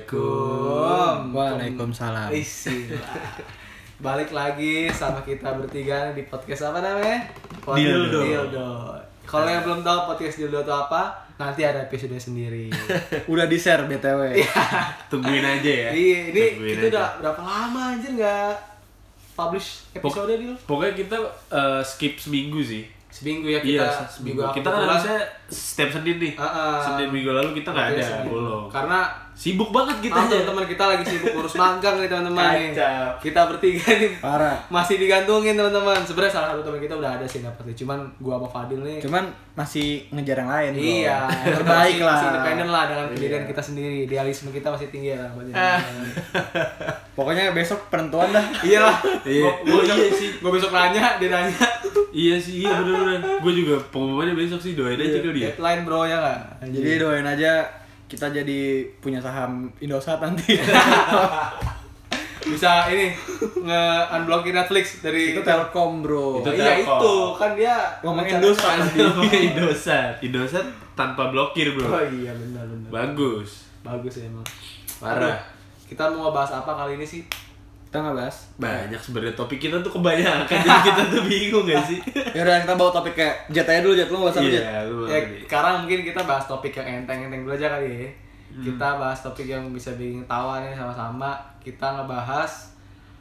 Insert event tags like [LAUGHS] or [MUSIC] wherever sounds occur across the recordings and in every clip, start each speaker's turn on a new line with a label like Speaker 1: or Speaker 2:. Speaker 1: Assalamualaikum.
Speaker 2: Waalaikumsalam.
Speaker 1: Isi lah. Balik lagi sama kita bertiga di podcast apa namanya? Podcast
Speaker 2: Dildo.
Speaker 1: Dildo. Kalau yang belum tahu podcast Dildo itu apa, nanti ada episode
Speaker 3: [LAUGHS]
Speaker 1: sendiri.
Speaker 2: Udah di share
Speaker 1: [LAUGHS]
Speaker 2: btw.
Speaker 3: Tungguin aja ya.
Speaker 1: Iya, ini kita
Speaker 3: Tungguin aja.
Speaker 1: udah berapa lama anjir nggak publish episode Dil?
Speaker 3: Pokoknya kita eh, skip seminggu sih.
Speaker 1: Seminggu ya kita
Speaker 3: Iya, seminggu.
Speaker 1: juga
Speaker 3: Kita
Speaker 1: kebetulan-
Speaker 3: kan harusnya setiap Senin nih.
Speaker 1: Ah, ah.
Speaker 3: Senin minggu lalu kita nggak
Speaker 1: Iya,
Speaker 3: ada
Speaker 1: seminggu.
Speaker 3: bolong.
Speaker 1: Karena
Speaker 3: Sibuk banget kita
Speaker 1: Maaf
Speaker 3: [LAUGHS] aja.
Speaker 1: teman-teman kita lagi sibuk ngurus magang nih teman-teman nih.
Speaker 3: Kacau.
Speaker 1: Kita bertiga nih
Speaker 2: Parah.
Speaker 1: masih digantungin teman-teman. Sebenarnya salah satu teman kita udah ada sih dapetnya. Cuman gua sama Fadil nih.
Speaker 2: Cuman masih ngejar yang lain. bro.
Speaker 1: iya,
Speaker 2: [LAUGHS] Terbaik
Speaker 1: masih-
Speaker 2: lah. Iya.
Speaker 1: Masih independen lah dengan pendirian kita sendiri. Idealisme kita masih tinggi ya. Bang.
Speaker 2: Pokoknya besok penentuan dah.
Speaker 1: iya lah.
Speaker 3: Iya.
Speaker 1: Gua- gua
Speaker 3: Oh, iya
Speaker 1: besok-
Speaker 3: sih.
Speaker 1: Gua besok nanya, dia nanya.
Speaker 3: Iya sih, iya bener-bener. Gue juga pengumumannya besok sih doain
Speaker 1: Iya.
Speaker 3: aja kali [LAUGHS] ya.
Speaker 1: Deadline bro ya nggak?
Speaker 2: Jadi doain aja kita jadi punya saham Indosat nanti.
Speaker 1: Bisa ini nge-unblockin Netflix dari
Speaker 2: [LAUGHS] Itu Telkom bro.
Speaker 3: Itu
Speaker 1: Oh, iya
Speaker 3: Telkom.
Speaker 1: itu kan dia
Speaker 2: Ngomong Indosat tadi.
Speaker 3: Iya, Indosat. Indosat tanpa blokir,
Speaker 1: Oh
Speaker 3: Bro.
Speaker 1: iya benar benar.
Speaker 3: Bagus.
Speaker 1: Bagus ya, emang. Aduh,
Speaker 3: Parah.
Speaker 1: Kita mau ngebahas apa kali ini sih?
Speaker 2: Kita nggak bahas.
Speaker 3: Banyak
Speaker 1: Iya.
Speaker 3: sebenarnya topik kita tuh kebanyakan jadi kita tuh bingung gak sih?
Speaker 2: Yaudah kita bawa topik ke Jet aja dulu Jet lu nggak usah Jet.
Speaker 3: Iya, lu
Speaker 1: Ya,
Speaker 3: tadi.
Speaker 1: sekarang mungkin kita bahas topik yang enteng-enteng dulu aja kali ya.
Speaker 3: Hmm.
Speaker 1: Kita bahas topik yang bisa bikin tawa nih sama-sama. Kita ngebahas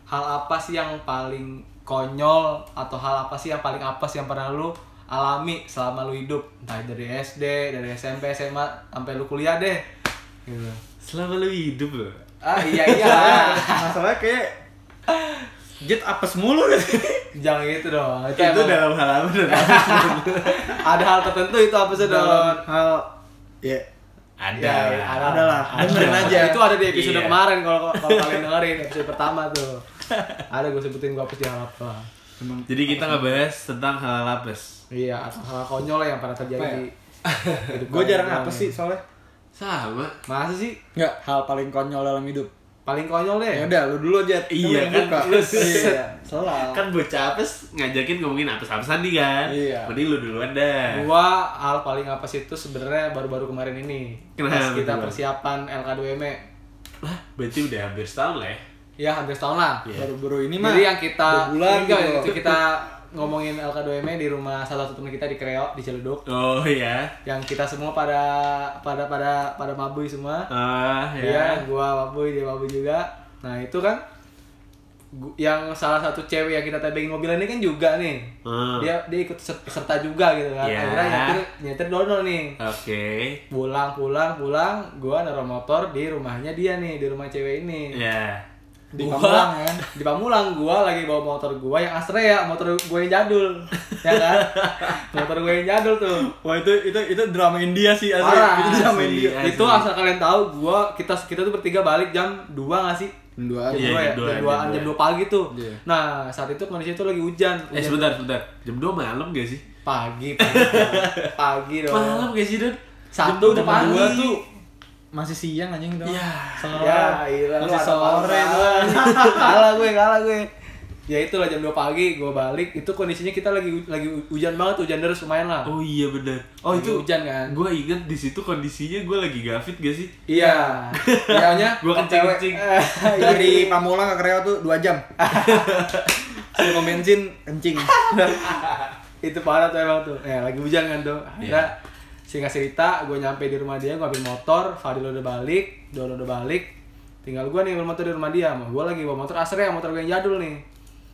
Speaker 1: hal apa sih yang paling konyol atau hal apa sih yang paling apes yang pernah lu alami selama lu hidup entah dari SD, dari SMP, SMA sampai lu kuliah deh. Gitu.
Speaker 3: Selama lu hidup loh.
Speaker 1: Ah iya
Speaker 3: [LAUGHS]
Speaker 1: iya.
Speaker 2: [LAUGHS] Masalahnya kayak Jet apes mulu gitu.
Speaker 1: Jangan gitu dong. Itu,
Speaker 3: Itu
Speaker 1: emang-
Speaker 3: dalam hal apa? Don?
Speaker 1: [LAUGHS] ada hal tertentu itu apa sih, Don?
Speaker 2: Dalam hal ya
Speaker 3: Ada.
Speaker 1: Ya,
Speaker 3: lah.
Speaker 1: ada
Speaker 2: Ada lah, dengerin aja.
Speaker 1: Itu ada di episode
Speaker 3: Iya.
Speaker 1: kemarin kalau
Speaker 2: [LAUGHS]
Speaker 1: kalau kalian dengerin episode pertama tuh. Ada gue sebutin gue pasti hal apa.
Speaker 2: emang
Speaker 3: Jadi kita ngebahas tentang halal apes.
Speaker 1: Iya, atau hal konyol lah yang pernah terjadi
Speaker 2: Apa ya? [LAUGHS]
Speaker 1: di hidup
Speaker 2: gue jarang
Speaker 1: kalian.
Speaker 2: apes sih soalnya.
Speaker 3: Sama.
Speaker 1: Masa sih?
Speaker 2: ya. Nggak hal paling konyol dalam hidup.
Speaker 1: Paling konyol deh.
Speaker 2: Ya udah lu dulu aja.
Speaker 3: Iya,
Speaker 2: Lu yang
Speaker 3: kan?
Speaker 2: buka.
Speaker 3: Iya.
Speaker 2: [LAUGHS] Iya. Selalu.
Speaker 3: Kan bocah apes ngajakin ngomongin apes-apesan nih kan.
Speaker 2: Iya.
Speaker 3: Mending lu duluan dah.
Speaker 1: Gua hal paling apes itu sebenarnya baru-baru kemarin ini. Pas
Speaker 3: Kenapa
Speaker 1: kita
Speaker 3: tuh, Bang?
Speaker 1: persiapan LK2M.
Speaker 3: Lah, berarti udah hampir setahun lah ya.
Speaker 1: Ya, hampir setahun lah.
Speaker 2: Baru-baru Iya. ini mah.
Speaker 1: Jadi yang kita
Speaker 2: dua bulan
Speaker 1: enggak,
Speaker 2: gitu.
Speaker 1: itu kita ngomongin LK2M di rumah salah satu teman kita di Kreo di Ciledug.
Speaker 3: Oh iya.
Speaker 1: yang kita semua pada pada pada pada mabui semua
Speaker 3: Ah
Speaker 1: ya
Speaker 3: ya.
Speaker 1: gua mabui dia mabui juga nah itu kan gu- yang salah satu cewek yang kita tebengin mobilnya ini kan juga nih
Speaker 3: Hmm.
Speaker 1: dia dia ikut ser- serta juga gitu kan
Speaker 3: Ya.
Speaker 1: akhirnya nyetir nyetir dono nih
Speaker 3: Oke.
Speaker 1: pulang pulang pulang gua naruh motor di rumahnya dia nih di rumah cewek ini
Speaker 3: Ya.
Speaker 2: di
Speaker 1: Gua-
Speaker 2: Pamulang kan.
Speaker 1: di Pamulang gua lagi bawa motor gua yang Astrea motor gua yang jadul ya kan motor gua yang jadul tuh
Speaker 2: Wah itu itu itu drama India Iya sih asli.
Speaker 1: Parah. Iya,
Speaker 2: Itu drama
Speaker 3: Asli.
Speaker 2: India.
Speaker 3: Asli.
Speaker 1: Itu asal kalian tahu, gua kita kita tuh bertiga balik jam 2 nggak sih?
Speaker 2: Dua.
Speaker 1: Jam dua ya,
Speaker 3: Iya, jam dua,
Speaker 1: jam
Speaker 3: jam
Speaker 1: duaan,
Speaker 3: dua.
Speaker 1: jam 2 pagi tuh.
Speaker 2: Iya.
Speaker 1: Nah, saat itu kondisi itu lagi hujan. Hujan
Speaker 3: Eh sebentar, sebentar. Jam 2 malam gak sih?
Speaker 1: pagi,
Speaker 3: [LAUGHS]
Speaker 1: pagi, pagi dong.
Speaker 3: Malam gak sih, Don?
Speaker 1: Sabtu Iya.
Speaker 3: Jam
Speaker 1: udah
Speaker 3: dua
Speaker 1: pagi.
Speaker 3: tuh.
Speaker 2: Masih siang anjing dong.
Speaker 3: Iya.
Speaker 2: Sore.
Speaker 1: Ya, iya, lu
Speaker 2: Masih
Speaker 1: ada
Speaker 2: sore
Speaker 1: [LAUGHS]
Speaker 3: [LAUGHS]
Speaker 1: masalah.
Speaker 2: doang.
Speaker 1: Kalah gue, kalah gue. Ya itulah jam 2 pagi gua balik, itu kondisinya kita lagi hu- lagi hu- hujan banget, hujan deras lumayan lah.
Speaker 3: Oh iya benar. Oh
Speaker 1: Lagi
Speaker 3: itu
Speaker 1: hujan kan?
Speaker 3: Gue inget di situ kondisinya gue lagi gavit gak sih? [LAUGHS]
Speaker 1: Iya. Pokoknya
Speaker 3: Gua kencing-kencing.
Speaker 1: [LAUGHS]
Speaker 2: Dari Pamulang ke Kreo tuh 2 jam. Suruh pom bensin kencing.
Speaker 1: itu parah tuh emang tuh eh lagi hujan kan tuh akhirnya singkat cerita gue nyampe di rumah dia gue ambil motor Fadil udah balik Dono udah balik tinggal gue nih ambil motor di rumah dia gue lagi bawa motor Astrea motor gue yang jadul nih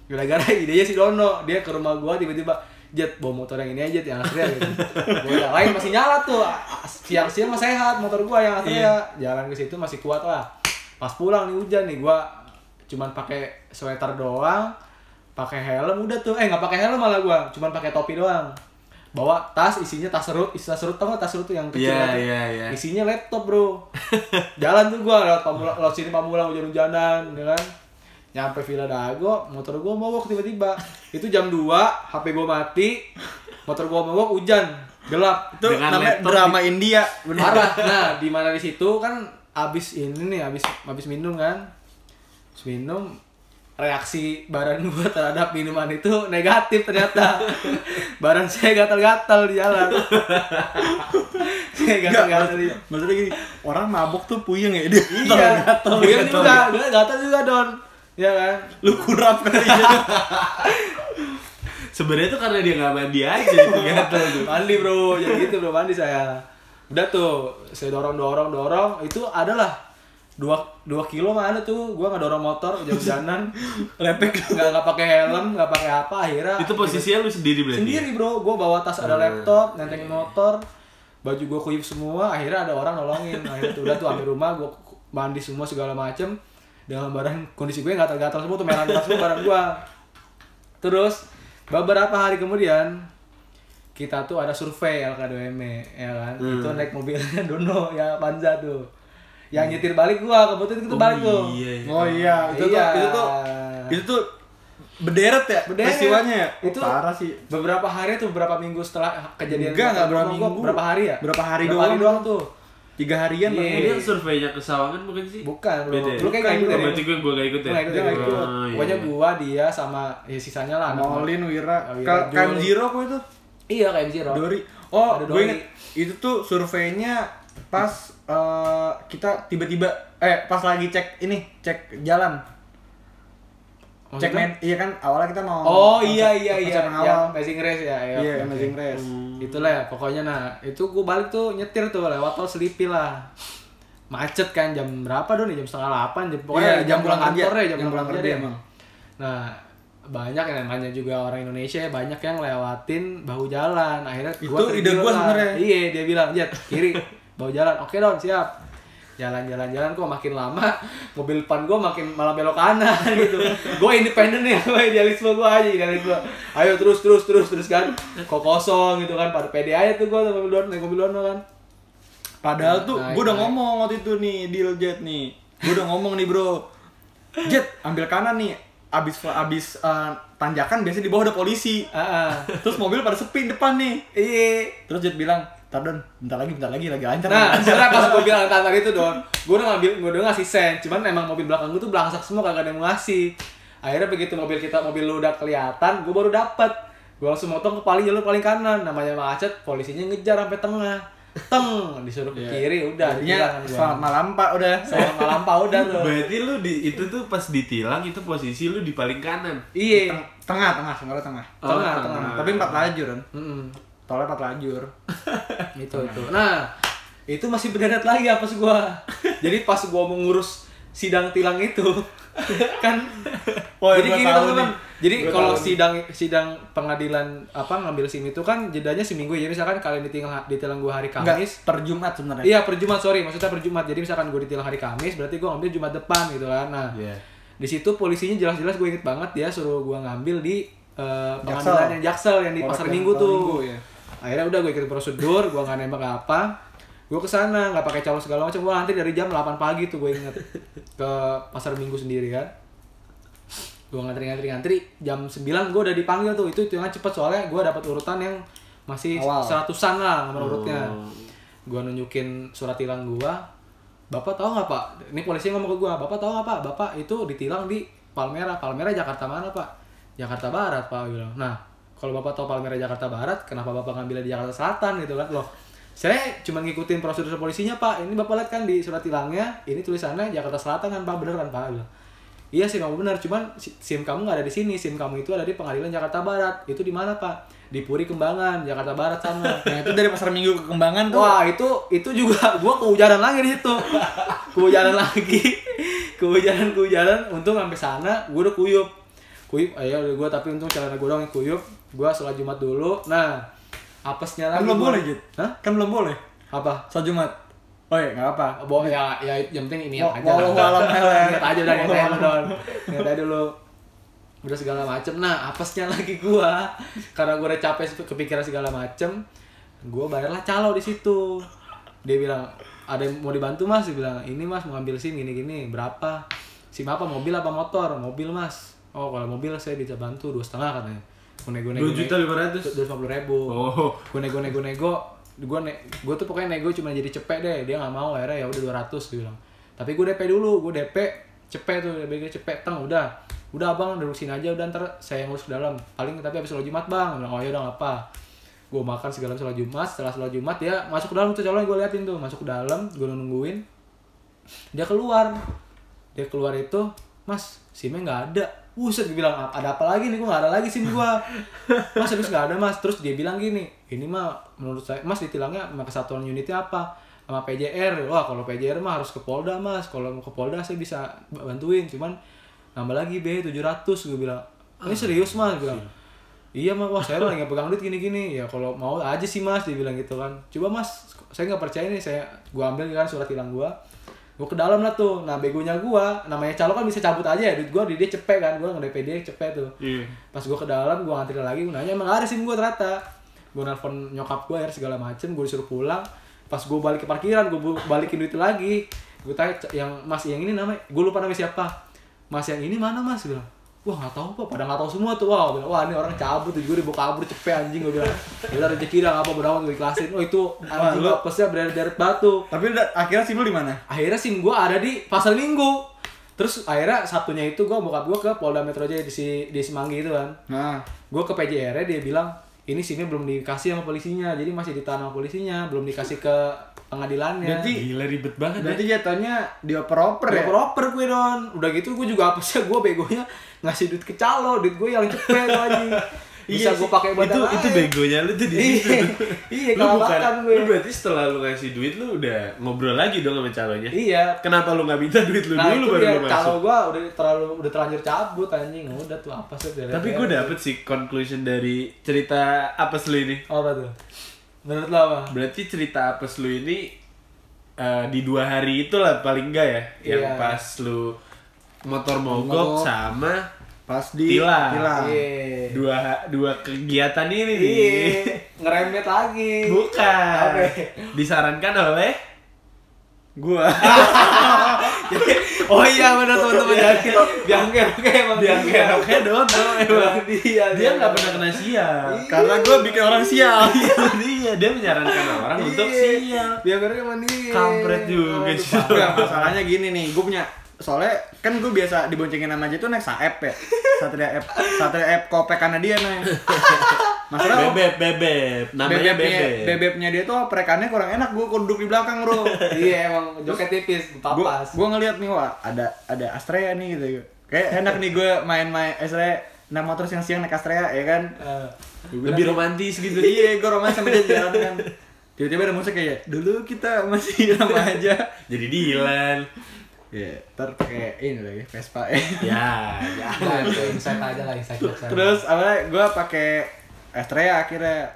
Speaker 1: gara-gara [LAUGHS] idenya si Dono dia ke rumah gue tiba-tiba Jet bawa motor yang ini aja Jet, yang Astrea gitu gue yang lain masih nyala tuh A- siang-siang masih sehat motor gue yang Astrea jalan ke situ masih kuat lah pas pulang nih hujan nih gue cuman pakai sweater doang pakai helm udah tuh eh nggak pakai helm malah gua cuman pakai topi doang bawa tas isinya tas serut isi tas serut tau nggak tas serut tuh yang kecil
Speaker 3: Iya,
Speaker 1: itu?
Speaker 3: iya, iya.
Speaker 1: isinya laptop
Speaker 2: [LAUGHS]
Speaker 1: bro jalan tuh gua lewat pamulang lewat sini pamulang hujan-hujanan ya kan nyampe Villa Dago motor gua mogok tiba-tiba itu jam 2 HP gua mati motor gua mogok hujan gelap
Speaker 2: Itu
Speaker 3: Dengan
Speaker 2: namanya
Speaker 3: laptop
Speaker 2: drama India. Benar. [LAUGHS]
Speaker 1: parah nah di mana di situ kan abis ini nih abis abis minum kan abis minum reaksi badan gua terhadap minuman itu
Speaker 2: [LAUGHS]
Speaker 1: negatif ternyata badan saya gatal-gatal di jalan Iya, gatel gatel
Speaker 2: Maksudnya gini, orang mabok tuh puyeng ya dia.
Speaker 1: iya
Speaker 2: Gatel,
Speaker 1: dia
Speaker 2: gatel.
Speaker 1: juga dia gatel juga don ya kan
Speaker 2: Lu kurap kali
Speaker 1: [LAUGHS]
Speaker 2: ya.
Speaker 3: Sebenarnya tuh karena dia nggak mandi aja gitu, [LAUGHS] itu gatel tuh.
Speaker 1: mandi bro ya gitu bro mandi saya udah tuh saya dorong dorong dorong itu adalah dua dua kilo mana tuh gua nggak dorong motor jalan-jalanan
Speaker 2: Lepek.
Speaker 1: nggak nggak pakai helm nggak pakai apa akhirnya
Speaker 3: Itu posisinya lu Iya. sendiri berarti. ya?
Speaker 2: Iya.
Speaker 1: sendiri bro gue bawa tas ada laptop nentengin motor baju gue kuyup semua akhirnya ada orang nolongin akhirnya tuh udah tuh ambil rumah gue mandi semua segala macem dengan barang kondisi gue gatal-gatal semua tuh merah merah semua barang gue terus beberapa hari kemudian kita tuh ada survei LKDM ya kan
Speaker 2: Hmm.
Speaker 1: itu naik mobilnya [LAUGHS] Dono ya Panza tuh yang nyetir balik gua kebetulan itu
Speaker 3: Oh,
Speaker 1: balik tuh
Speaker 3: iya, iya.
Speaker 2: Hmm. Oh iya, itu tuh
Speaker 1: Iya.
Speaker 2: itu tuh itu tuh berderet ya
Speaker 1: Berderet.
Speaker 2: peristiwanya ya.
Speaker 1: Itu-
Speaker 2: parah sih.
Speaker 1: beberapa hari tuh berapa minggu setelah kejadian
Speaker 2: Enggak, enggak berapa
Speaker 1: Gua-
Speaker 2: minggu.
Speaker 1: berapa hari ya
Speaker 2: Berapa hari
Speaker 1: berapa
Speaker 2: doang.
Speaker 1: hari doang tuh
Speaker 2: Tiga harian
Speaker 1: Iya.
Speaker 2: yeah.
Speaker 3: Ini yang surveinya ke Sawangan bukan sih?
Speaker 1: bukan lu
Speaker 3: Beda. ya?
Speaker 1: lu kayak nggak ikut
Speaker 3: Oh,
Speaker 1: deh.
Speaker 3: Berarti gue gue gak ikut
Speaker 1: Lu
Speaker 3: ya.
Speaker 1: nggak ikut, dia nggak ikut.
Speaker 3: Oh, iya.
Speaker 1: gitu. pokoknya gua dia sama ya sisanya lah anak
Speaker 2: Maulin Wira,
Speaker 1: Oh, Wira,
Speaker 2: Ka-
Speaker 1: Juri.
Speaker 2: KM Zero kok itu?
Speaker 1: iya kayak Zero
Speaker 2: Dori. Oh,
Speaker 1: Ada
Speaker 2: gue
Speaker 1: Dori.
Speaker 2: inget itu tuh surveinya pas eh, kita tiba-tiba eh pas lagi cek ini, cek jalan.
Speaker 1: Maksudnya?
Speaker 2: Cek med, iya kan awalnya kita mau
Speaker 1: oh
Speaker 2: mau
Speaker 1: iya
Speaker 2: cek-
Speaker 1: iya
Speaker 2: mau
Speaker 1: iya
Speaker 2: cek
Speaker 1: yang
Speaker 2: awal.
Speaker 1: Amazing Race ya iya,
Speaker 2: Iya,
Speaker 1: oke, oke.
Speaker 2: amazing race.
Speaker 3: Hmm.
Speaker 1: itulah ya pokoknya nah itu gua balik tuh nyetir tuh lewat tol Selipi lah macet kan jam berapa dong jam setengah delapan jam pokoknya
Speaker 2: Iya,
Speaker 1: jam, pulang
Speaker 2: kerja.
Speaker 1: kantor ya jam,
Speaker 2: Jam pulang kerja
Speaker 1: deh.
Speaker 2: emang.
Speaker 1: nah banyak yang namanya juga orang Indonesia ya, banyak yang lewatin bahu jalan akhirnya gua
Speaker 2: Itu ide
Speaker 1: tergiur
Speaker 2: gua
Speaker 1: lah.
Speaker 2: sebenarnya.
Speaker 1: iya dia bilang jat kiri bahu jalan oke don siap jalan-jalan jalan kok makin lama mobil depan gua makin malah belok kanan [LAUGHS] gitu Gua independen ya gua idealisme gua aja idealisme ayo terus terus terus terus kan kok kosong gitu kan pada pede aja tuh gua sama mobil Dono naik mobil Dono kan
Speaker 2: Padahal tuh
Speaker 1: Naik,
Speaker 2: gue udah
Speaker 1: naik.
Speaker 2: ngomong waktu itu nih deal Jet nih. Gue udah ngomong nih bro. Jet ambil kanan nih. Abis abis eh, tanjakan biasanya di bawah ada polisi.
Speaker 1: ah ah.
Speaker 2: Terus mobil pada sepi depan nih.
Speaker 1: iya
Speaker 2: Terus Jet bilang, "Ntar Don, bentar lagi, bentar lagi lagi lancar."
Speaker 1: Nah,
Speaker 2: lagi lancar."
Speaker 1: sebenarnya pas gue bilang tadi itu don, gue udah ngambil, gue udah ngasih sen, cuman emang mobil belakang gue tuh belangsak semua kagak ada yang mau ngasih. Akhirnya begitu mobil kita, mobil lu udah kelihatan, gue baru dapat. Gue langsung motong ke paling jalur paling kanan, namanya macet, polisinya ngejar sampai tengah, teng disuruh ke kiri, udah.
Speaker 2: Iya. Jadinya
Speaker 1: ditilang gua.
Speaker 2: selamat malam Pak udah.
Speaker 1: iya, Selamat malam pak udah tuh.
Speaker 3: Berarti lu di itu tuh pas ditilang itu posisi lu di paling kanan.
Speaker 1: Iya,
Speaker 2: Teng- Tengah, tengah, sebenarnya tengah.
Speaker 1: Oh, tengah, tengah.
Speaker 2: Tapi empat lajur kan.
Speaker 1: Mm-mm.
Speaker 2: Tolnya empat lajur.
Speaker 1: [LAUGHS] itu itu nah itu masih berderet lagi apa sih gua
Speaker 2: [LAUGHS]
Speaker 1: jadi pas gua mengurus sidang tilang itu kan
Speaker 2: Oh, ya,
Speaker 1: jadi
Speaker 2: gua
Speaker 1: gini
Speaker 2: tahu
Speaker 1: teman-teman
Speaker 2: nih.
Speaker 1: jadi
Speaker 2: Gua
Speaker 1: kalau
Speaker 2: tahu nih.
Speaker 1: sidang sidang pengadilan apa ngambil sim itu kan jedanya seminggu ya jadi misalkan kalian ditilang ditilang gua hari
Speaker 2: Enggak,
Speaker 1: Kamis
Speaker 2: per Jumat ya? sebenarnya.
Speaker 1: Iya per Jumat sorry maksudnya per Jumat jadi misalkan gue ditilang hari Kamis berarti gue ngambil Jumat depan gitu kan nah
Speaker 3: Iya.
Speaker 1: di situ polisinya jelas-jelas gue inget banget dia suruh gue ngambil di eh, pengadilan yang Jaksel yang di
Speaker 2: Polres
Speaker 1: pasar
Speaker 2: yang
Speaker 1: Minggu
Speaker 2: Pasar
Speaker 1: tuh
Speaker 2: Minggu, ya.
Speaker 1: akhirnya udah gue ikut prosedur gue nggak nembak apa gue kesana nggak pakai calon segala macam gue nanti dari jam 8 pagi tuh gue
Speaker 2: [LAUGHS]
Speaker 1: inget ke pasar Minggu sendiri kan gue ngantri ngantri ngantri jam 9 gue udah dipanggil tuh itu hitungan cepet soalnya gue dapat urutan yang masih
Speaker 2: Awal.
Speaker 1: seratusan lah nomor urutnya
Speaker 3: Oh.
Speaker 1: gue nunjukin surat tilang gue bapak tahu nggak pak ini polisi ngomong ke gue bapak tahu nggak pak bapak itu ditilang di Palmera Palmera Jakarta mana pak Jakarta Barat pak Gua bilang nah kalau bapak tahu Palmera Jakarta Barat kenapa bapak ngambilnya di Jakarta Selatan gitu kan loh saya cuma ngikutin prosedur polisinya pak ini bapak lihat kan di surat tilangnya ini tulisannya Jakarta Selatan kan pak beneran pak Gua bilang iya sih kamu benar cuman si- sim kamu nggak ada di sini sim kamu itu ada di pengadilan Jakarta Barat itu di mana pak di Puri Kembangan Jakarta Barat sana
Speaker 2: Nah, itu dari pasar Minggu ke Kembangan tuh.
Speaker 1: Wah itu itu juga [LAUGHS] gua kehujanan lagi di situ, kehujanan lagi, [LAUGHS] kehujanan kehujanan. Untung sampai sana gua udah kuyup, kuyup. Ayo udah gua tapi untung celana gua doang yang kuyup. Gua sholat jumat dulu. Nah apesnya
Speaker 2: kan
Speaker 1: lagi.
Speaker 2: belum
Speaker 1: gua-
Speaker 2: boleh, Jet.
Speaker 1: Hah?
Speaker 2: Kan belum boleh.
Speaker 1: Apa?
Speaker 2: Salat Jumat. Oh iya, enggak apa.
Speaker 1: Bo ya ya yang penting ini
Speaker 2: Wa-
Speaker 1: aja. lah.
Speaker 2: wallahu alam helan.
Speaker 1: Lihat aja udah
Speaker 2: Wallahu
Speaker 1: ngetek
Speaker 2: alam.
Speaker 1: don. Ngetek dulu. Udah segala macem. Nah, apesnya lagi gua karena gua udah capek kepikiran segala macem. Gua bayarlah calo di situ. Dia bilang, "Ada yang mau dibantu, Mas?" Dia bilang, "Ini Mas mau ambil SIM gini-gini, berapa?" SIM apa? Mobil apa motor? Mobil, Mas. Oh, kalau mobil saya bisa bantu dua setengah katanya. Gua nego-nego.
Speaker 3: Dua juta lima ratus.
Speaker 1: dua ribu
Speaker 3: Oh.
Speaker 1: gue nego nego nego gue ne gue tuh pokoknya nego cuma jadi cepet deh dia nggak mau akhirnya ya udah 200 dia bilang tapi gue dp dulu gue dp cepet tuh dp gue cepet tang udah udah abang duduk sini aja udah ntar saya yang ngurus ke dalam paling tapi habis lo jumat bang Dia bilang oh ya udah nggak apa gue makan segala macam sholat jumat setelah sholat jumat dia masuk ke dalam tuh calonnya gue liatin tuh masuk ke dalam gue nungguin dia keluar dia keluar itu mas simnya nggak ada Buset, gue bilang, "Apa- ada apa lagi nih? Gue gak ada lagi SIM gue. Mas, habis gak ada mas. Terus dia bilang gini, ini mah menurut saya, mas ditilangnya sama kesatuan unitnya apa? Sama PJR. Wah, kalau PJR mah harus ke Polda, mas. Kalau mau ke Polda saya bisa bantuin. Cuman nambah lagi B 700, gue bilang. Ini serius, mas? Gue bilang, iya mah, wah saya lagi nggak pegang duit gini-gini. Ya kalau mau aja sih mas, dia bilang gitu kan. Coba mas, saya nggak percaya nih, saya gue ambil kan surat tilang gue gue ke dalam lah tuh nah begonya gue namanya calo kan bisa cabut aja ya duit gue di dia cepet kan gue nge-DP dia cepet tuh
Speaker 3: Iya.
Speaker 1: pas gue ke dalam gue ngantri lagi gue nanya emang ada sim gue ternyata gue nelfon nyokap gue ya segala macem gue disuruh pulang pas gue balik ke parkiran gue balikin duit lagi gue tanya "C- yang mas yang ini namanya gue lupa namanya siapa mas yang ini mana mas Gua bilang wah nggak tahu pak pada nggak tahu semua tuh wah gua bilang, wah ini orang cabut gue dibawa kabur cepet anjing gue bilang ya udah rezeki dah nggak apa berawan gue ikhlasin oh itu anjing
Speaker 2: lu-
Speaker 1: pesnya berderet batu
Speaker 2: Tapi udah akhirnya sih lu di mana?
Speaker 1: akhirnya sim gue ada di pasar minggu terus akhirnya sabtunya itu gue bokap gue ke Polda Metro Jaya di si di Semanggi itu kan
Speaker 2: Nah,
Speaker 1: gue ke PJR dia bilang ini simnya belum dikasih sama polisinya jadi masih ditahan sama polisinya belum dikasih ke pengadilannya
Speaker 2: Berarti-
Speaker 3: Gila ribet banget ya.
Speaker 2: berarti jatuhnya dioper-oper ya?
Speaker 1: proper gue don udah gitu gue juga apa [LAUGHS] sih gue begonya ngasih duit ke calo duit gue yang cepet
Speaker 3: [LAUGHS]
Speaker 1: lagi bisa
Speaker 2: Iya
Speaker 1: gue
Speaker 2: sih.
Speaker 1: pakai buat
Speaker 3: itu
Speaker 1: yang
Speaker 3: itu
Speaker 1: lain.
Speaker 3: begonya lu tuh di situ.
Speaker 1: Iya, iya,
Speaker 3: lu bukan,
Speaker 1: kelabakan gue.
Speaker 3: lu berarti setelah lu ngasih duit lu udah ngobrol lagi dong sama calonnya.
Speaker 1: iya
Speaker 3: Kenapa lu nggak minta duit lu
Speaker 1: nah
Speaker 3: dulu
Speaker 1: itu
Speaker 3: baru
Speaker 1: dia
Speaker 3: lu
Speaker 1: calo
Speaker 3: masuk?
Speaker 1: gue udah terlalu udah terlanjur cabut anjing udah tuh apa sih dari-
Speaker 3: Tapi gue dapet sih conclusion dari cerita apes lu ini.
Speaker 1: Oh, apa tuh menurut lo apa
Speaker 3: Berarti cerita apes lu ini eh, di dua hari itulah paling enggak ya, yang
Speaker 1: Iya.
Speaker 3: pas lu motor mogok
Speaker 2: Mogok.
Speaker 3: sama
Speaker 2: Pas di
Speaker 3: Tilang.
Speaker 1: Iya.
Speaker 3: dua dua kegiatan ini nih.
Speaker 1: Iya, ngeremet lagi.
Speaker 3: Bukan.
Speaker 1: Apa?
Speaker 3: Disarankan oleh [LAUGHS]
Speaker 1: [LAUGHS]
Speaker 2: Gua.
Speaker 1: Oh iya benar teman-teman jadi biangker oke emang
Speaker 3: Biangker oke Dono emang.
Speaker 1: Emang dia,
Speaker 3: Dia
Speaker 1: dia.
Speaker 3: nggak pernah kena sial.
Speaker 2: Karena gua bikin orang
Speaker 3: [LAUGHS]
Speaker 2: sial.
Speaker 3: Itu dia, Iya. dia menyarankan orang untuk
Speaker 1: Iya.
Speaker 3: sial.
Speaker 1: Biangkernya mandi.
Speaker 3: Kampret juga,
Speaker 1: Aduh,
Speaker 3: cuy.
Speaker 1: parah.
Speaker 2: Enggak, masalahnya gini nih, gue punya soalnya kan gue biasa diboncengin sama aja tuh naik saep ya satria app satria app kopek karena dia naik masalah
Speaker 3: Bebek, bebek. Namanya
Speaker 2: bebeknya
Speaker 3: bebek.
Speaker 2: bebeknya dia tuh oprekannya kurang enak gue duduk di belakang bro
Speaker 1: Iya emang joket tipis,
Speaker 2: gue
Speaker 1: papas.
Speaker 2: gue ngeliat nih wah ada ada Astrea nih gitu kayak enak nih gue main-main Astrea naik motor siang-siang naik Astrea ya kan
Speaker 1: Eh,
Speaker 3: Lebih romantis gitu.
Speaker 2: iya gue romantis sama dia di jalan kan tiba-tiba ada musik kayak dulu kita masih [LAUGHS] sama aja
Speaker 3: Jadi Dilan.
Speaker 2: ya ntar pakai ini lagi Vespa ya
Speaker 3: Ya, ya.
Speaker 1: Nah, itu insight aja lah insight insight.
Speaker 2: terus awalnya gue pakai Astrea akhirnya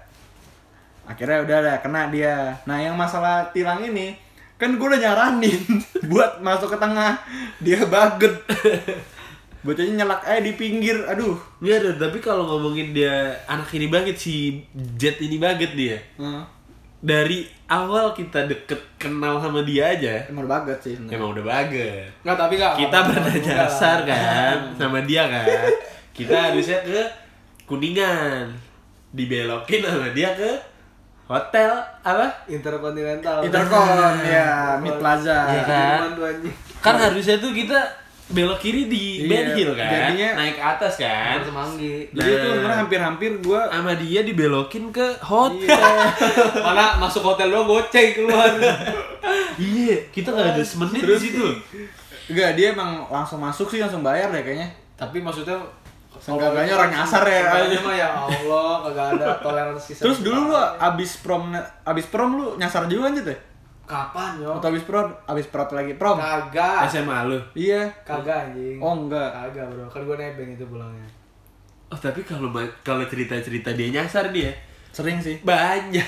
Speaker 2: akhirnya udah ada kena dia nah yang masalah tilang ini kan gue udah nyaranin [LAUGHS] buat masuk ke tengah dia baget bocahnya nyelak eh di pinggir aduh
Speaker 3: Ya, Dan, tapi kalau ngomongin dia anak ini banget si Jet ini banget dia.
Speaker 1: Hmm.
Speaker 2: Heeh.
Speaker 3: Dari awal kita deket kenal sama dia aja,
Speaker 2: emang udah baget sih sebenarnya.
Speaker 3: emang udah banget.
Speaker 1: Enggak tapi enggak.
Speaker 3: kita pada dasar kan sama dia kan kita harusnya ke kuningan dibelokin sama dia ke hotel apa
Speaker 1: Interkontinental.
Speaker 2: Intercon ya Mid Plaza
Speaker 3: Iya kan?
Speaker 1: Cuman tuh anjing.
Speaker 3: kan harusnya tuh kita belok kiri di
Speaker 2: Iya,
Speaker 3: Ben Hill kan
Speaker 2: jadinya- Iya.
Speaker 3: naik ke atas kan
Speaker 1: Harus semanggi. Iya.
Speaker 2: jadi itu sebenarnya hampir-hampir gue
Speaker 3: sama dia dibelokin ke
Speaker 2: Iya.
Speaker 3: hotel
Speaker 1: Mana masuk hotel doang goceng keluar.
Speaker 3: iya kita nggak ada semenit di situ
Speaker 2: enggak dia emang langsung masuk sih langsung bayar deh kayaknya
Speaker 1: Tapi maksudnya
Speaker 2: Seenggaknya orang nyasar ya.
Speaker 1: Seenggaknya mah ya Allah kagak ada toleransi. sama
Speaker 2: terus dulu lu
Speaker 1: sekali.
Speaker 2: abis prom abis prom lu nyasar juga kan, aja tuh
Speaker 1: kapan yo?
Speaker 2: atau abis prom abis prom lagi prom
Speaker 1: Kagak.
Speaker 3: SMA lu
Speaker 2: iya
Speaker 1: Kagak anjing.
Speaker 2: oh enggak
Speaker 1: Kagak bro, kan gue nebeng itu pulangnya.
Speaker 3: oh tapi kalau ma- kalau cerita cerita dia nyasar dia
Speaker 2: sering sih
Speaker 3: banyak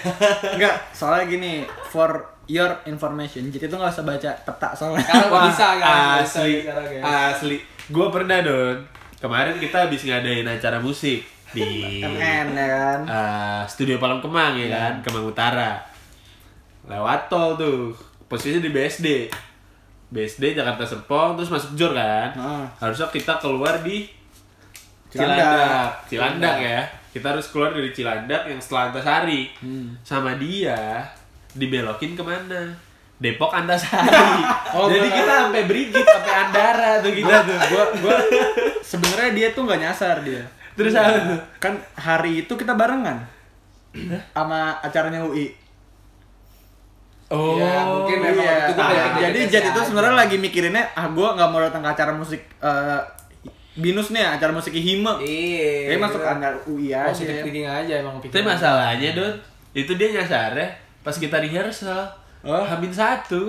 Speaker 2: enggak soalnya gini for your information jadi itu nggak usah baca peta soalnya
Speaker 1: Karena nggak
Speaker 3: Wah,
Speaker 1: bisa kan, nggak bisa
Speaker 3: asli,
Speaker 1: sekarang ya.
Speaker 3: asli. Gue pernah don. Kemarin kita habis ngadain acara musik di
Speaker 2: MN ya kan
Speaker 3: eh, studio Palang Kemang
Speaker 2: Iya.
Speaker 3: ya kan, Kemang Utara. Lewat tol tuh, posisinya di BSD. BSD Jakarta Serpong terus masuk Jor kan.
Speaker 2: Ah.
Speaker 3: Harusnya kita keluar di
Speaker 2: Cilandak.
Speaker 3: Cilandak. Cilandak ya. Kita harus keluar dari Cilandak yang setelah Antasari.
Speaker 2: Hmm.
Speaker 3: Sama dia dibelokin kemana? Depok Antasari.
Speaker 2: [LAUGHS] Oh,
Speaker 3: Jadi
Speaker 2: bener.
Speaker 3: kita sampai Brigit, sampai Andara tuh kita tuh.
Speaker 2: gua
Speaker 3: [LAUGHS]
Speaker 2: gua sebenarnya dia tuh nggak nyasar dia
Speaker 3: Terus apa tuh?
Speaker 2: kan hari itu kita barengan sama acaranya UI.
Speaker 3: Oh, Nah,
Speaker 1: Ya, mungkin memang
Speaker 2: Iya.
Speaker 1: waktu itu gua
Speaker 2: Ah,
Speaker 1: kayak
Speaker 2: jadi
Speaker 1: gitu
Speaker 2: Jet itu
Speaker 1: aja.
Speaker 2: sebenarnya lagi mikirinnya ah gue nggak mau datang ke acara musik eh, binus nih acara musik hime.
Speaker 1: Iya. Oh, gitu.
Speaker 2: Jadi masuk acara UI aja. Iya.
Speaker 1: positif thinking aja emang pikiran.
Speaker 3: Tapi masalahnya, Don, itu dia nyasarnya pas kita rehearsal.
Speaker 2: Oh.
Speaker 3: Hamin
Speaker 2: [LAUGHS]
Speaker 3: satu.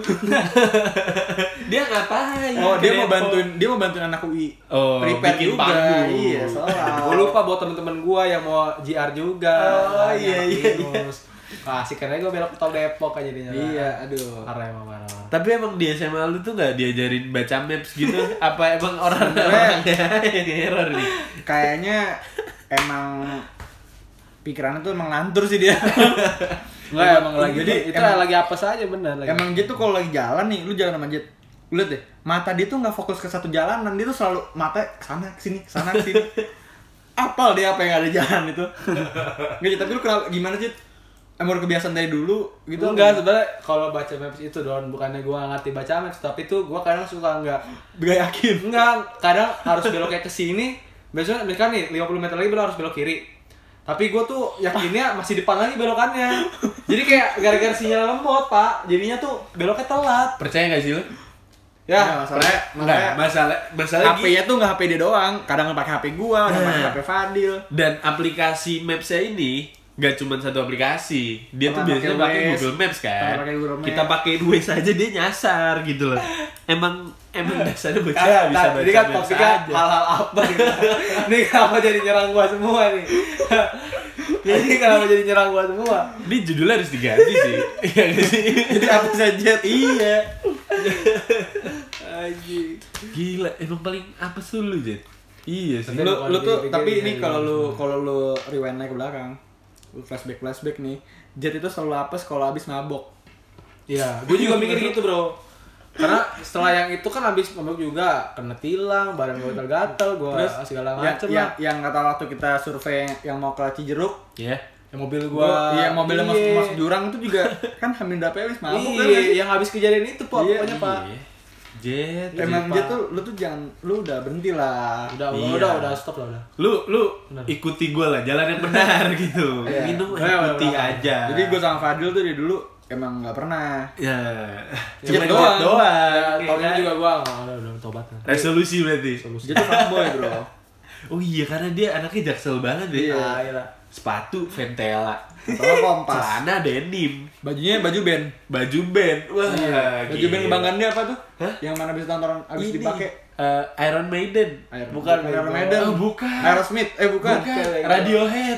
Speaker 3: dia ngapain?
Speaker 2: Oh dia mau
Speaker 3: Kedepo.
Speaker 2: bantuin dia mau bantuin anak UI.
Speaker 3: Oh,
Speaker 2: prepare
Speaker 3: bikin
Speaker 2: juga.
Speaker 3: panggung.
Speaker 2: Iya soalnya.
Speaker 1: Gue lupa buat temen-temen gue yang mau JR juga.
Speaker 2: Oh, iya, iya,
Speaker 1: Terus, Wah, sih karena gue belok ke tol Depok aja jadinya.
Speaker 2: Iya aduh.
Speaker 1: Parah emang parah.
Speaker 3: Tapi emang di SMA lu tuh gak diajarin baca maps
Speaker 2: [LAUGHS]
Speaker 3: gitu? Apa emang orang-orang [LAUGHS] yang error nih?
Speaker 2: Kayaknya emang pikirannya tuh emang lantur sih dia.
Speaker 1: Enggak emang lagi
Speaker 2: Jadi,
Speaker 1: itu
Speaker 2: emang-
Speaker 1: lagi apa saja bener lagi.
Speaker 2: Emang gitu kalau lagi jalan nih, lu jalan sama Jet. Lu lihat deh, mata dia tuh nggak fokus ke satu jalanan, dia tuh selalu mata ke sana ke sini, ke sana ke sini. Apal dia apa yang ada di jalan itu. Nggak, Jet, tapi lu kenapa gimana Jet? Emang udah kebiasaan dari dulu gitu?
Speaker 1: gitu enggak sebenarnya kalau baca maps itu don bukannya gue ngerti baca maps tapi tuh gue kadang suka enggak
Speaker 2: Gak yakin.
Speaker 1: enggak [LAUGHS] kadang harus beloknya ke sini biasanya misalkan nih 50 meter lagi belok harus belok kiri tapi gue tuh yakinnya masih depan lagi belokannya jadi kayak gara-gara sinyal lemot pak jadinya tuh beloknya telat
Speaker 3: Percaya gak sih lu?
Speaker 2: Ya,
Speaker 1: ya
Speaker 2: masalahnya,
Speaker 3: Enggak,
Speaker 2: masalahnya
Speaker 3: masalah masalah
Speaker 2: HP-nya tuh nggak HP dia doang, kadang pakai HP gua, kadang pakai
Speaker 3: Nah.
Speaker 2: HP Fadil.
Speaker 3: dan aplikasi Maps-nya ini gak cuma satu aplikasi dia tuh
Speaker 2: Pernah
Speaker 3: biasanya
Speaker 2: pakai
Speaker 3: pakai
Speaker 2: Waze,
Speaker 3: Google Maps kan
Speaker 2: pernah pakai Google Maps.
Speaker 3: kita pakai Waze aja dia nyasar gitu
Speaker 2: [LAUGHS]
Speaker 3: loh emang emang dasarnya baca
Speaker 1: Kan,
Speaker 3: bisa
Speaker 1: kan,
Speaker 3: baca
Speaker 1: ini kan
Speaker 3: Maps
Speaker 1: topiknya
Speaker 3: aja
Speaker 1: hal-hal apa [LAUGHS] gitu. ini kenapa jadi nyerang gua semua [LAUGHS] nih? ini kenapa jadi nyerang gua semua?
Speaker 3: ini judulnya harus diganti sih [LAUGHS] Iya nggak sih?
Speaker 2: Jadi apa saja Jet? Iya.
Speaker 1: Anjing.
Speaker 3: gila emang paling apa sih lu Jet iya sih
Speaker 1: Tapi
Speaker 2: lu
Speaker 1: bukan
Speaker 2: lu tuh
Speaker 1: dipikir ya,
Speaker 2: tapi
Speaker 1: dari
Speaker 2: ini kalau lu kalau lu rewind lagi ke belakang lu flashback flashback nih Jet itu selalu apes kalau habis mabok
Speaker 1: Iya, gue juga mikir gitu bro. Karena setelah yang itu kan habis mabuk juga kena tilang, badan gue gatel-gatel, gue
Speaker 2: Terus,
Speaker 1: segala
Speaker 2: ya,
Speaker 1: macem
Speaker 2: ya,
Speaker 1: lah.
Speaker 2: yang kata waktu kita survei yang mau ke Cijeruk
Speaker 3: ya
Speaker 1: Ya, mobil gue,
Speaker 2: gua iya mobilnya masuk masuk jurang itu juga [LAUGHS] kan Hamil Dape habis mabok kan
Speaker 1: Iya,
Speaker 2: nggak sih?
Speaker 1: yang habis kejadian itu pak,
Speaker 2: Iya,
Speaker 1: pokoknya pak.
Speaker 3: Iya. Jet
Speaker 2: emang
Speaker 1: Pak.
Speaker 2: Jet tuh lu tuh jangan lu udah berhenti lah
Speaker 1: Udah, udah,
Speaker 3: Iya.
Speaker 1: udah, udah, stop lah udah.
Speaker 3: lu lu
Speaker 1: Benar.
Speaker 3: ikuti gue lah jalan yang benar [LAUGHS] gitu
Speaker 2: Iya.
Speaker 3: minum
Speaker 1: Benar,
Speaker 3: ikuti
Speaker 1: benar.
Speaker 3: aja
Speaker 2: jadi gua sama Fadil tuh dari dulu emang nggak pernah
Speaker 3: ya
Speaker 2: Jet
Speaker 3: cuma
Speaker 2: doang.
Speaker 3: Jet doang
Speaker 1: Tahun
Speaker 3: ya
Speaker 2: Iya.
Speaker 1: ini
Speaker 3: kan?
Speaker 1: juga gue, udah, udah, tobat
Speaker 2: [LAUGHS]
Speaker 1: lah.
Speaker 3: Resolusi berarti.
Speaker 2: Jet tuh fuckboy
Speaker 1: [LAUGHS]
Speaker 2: bro
Speaker 3: Oh iya karena dia anaknya jaksel banget deh.
Speaker 2: Iya.
Speaker 1: Ah, iya lah.
Speaker 3: Sepatu Ventela,
Speaker 2: Soalnya kompas
Speaker 3: celana denim,
Speaker 2: bajunya baju band
Speaker 3: baju band. Wah,
Speaker 2: Iya. baju band kebanggaannya apa tuh
Speaker 3: Hah?
Speaker 2: yang mana bisa tonton habis
Speaker 3: Ini
Speaker 2: dipakai
Speaker 3: eh, Iron Maiden.
Speaker 2: Iron-
Speaker 1: Bukan,
Speaker 2: Iron
Speaker 1: Bebo.
Speaker 2: Maiden.
Speaker 3: Oh, bukan.
Speaker 2: Aerosmith. Eh bukan.
Speaker 3: Bukan,
Speaker 1: Bukan.
Speaker 2: [LAUGHS]
Speaker 3: Radiohead.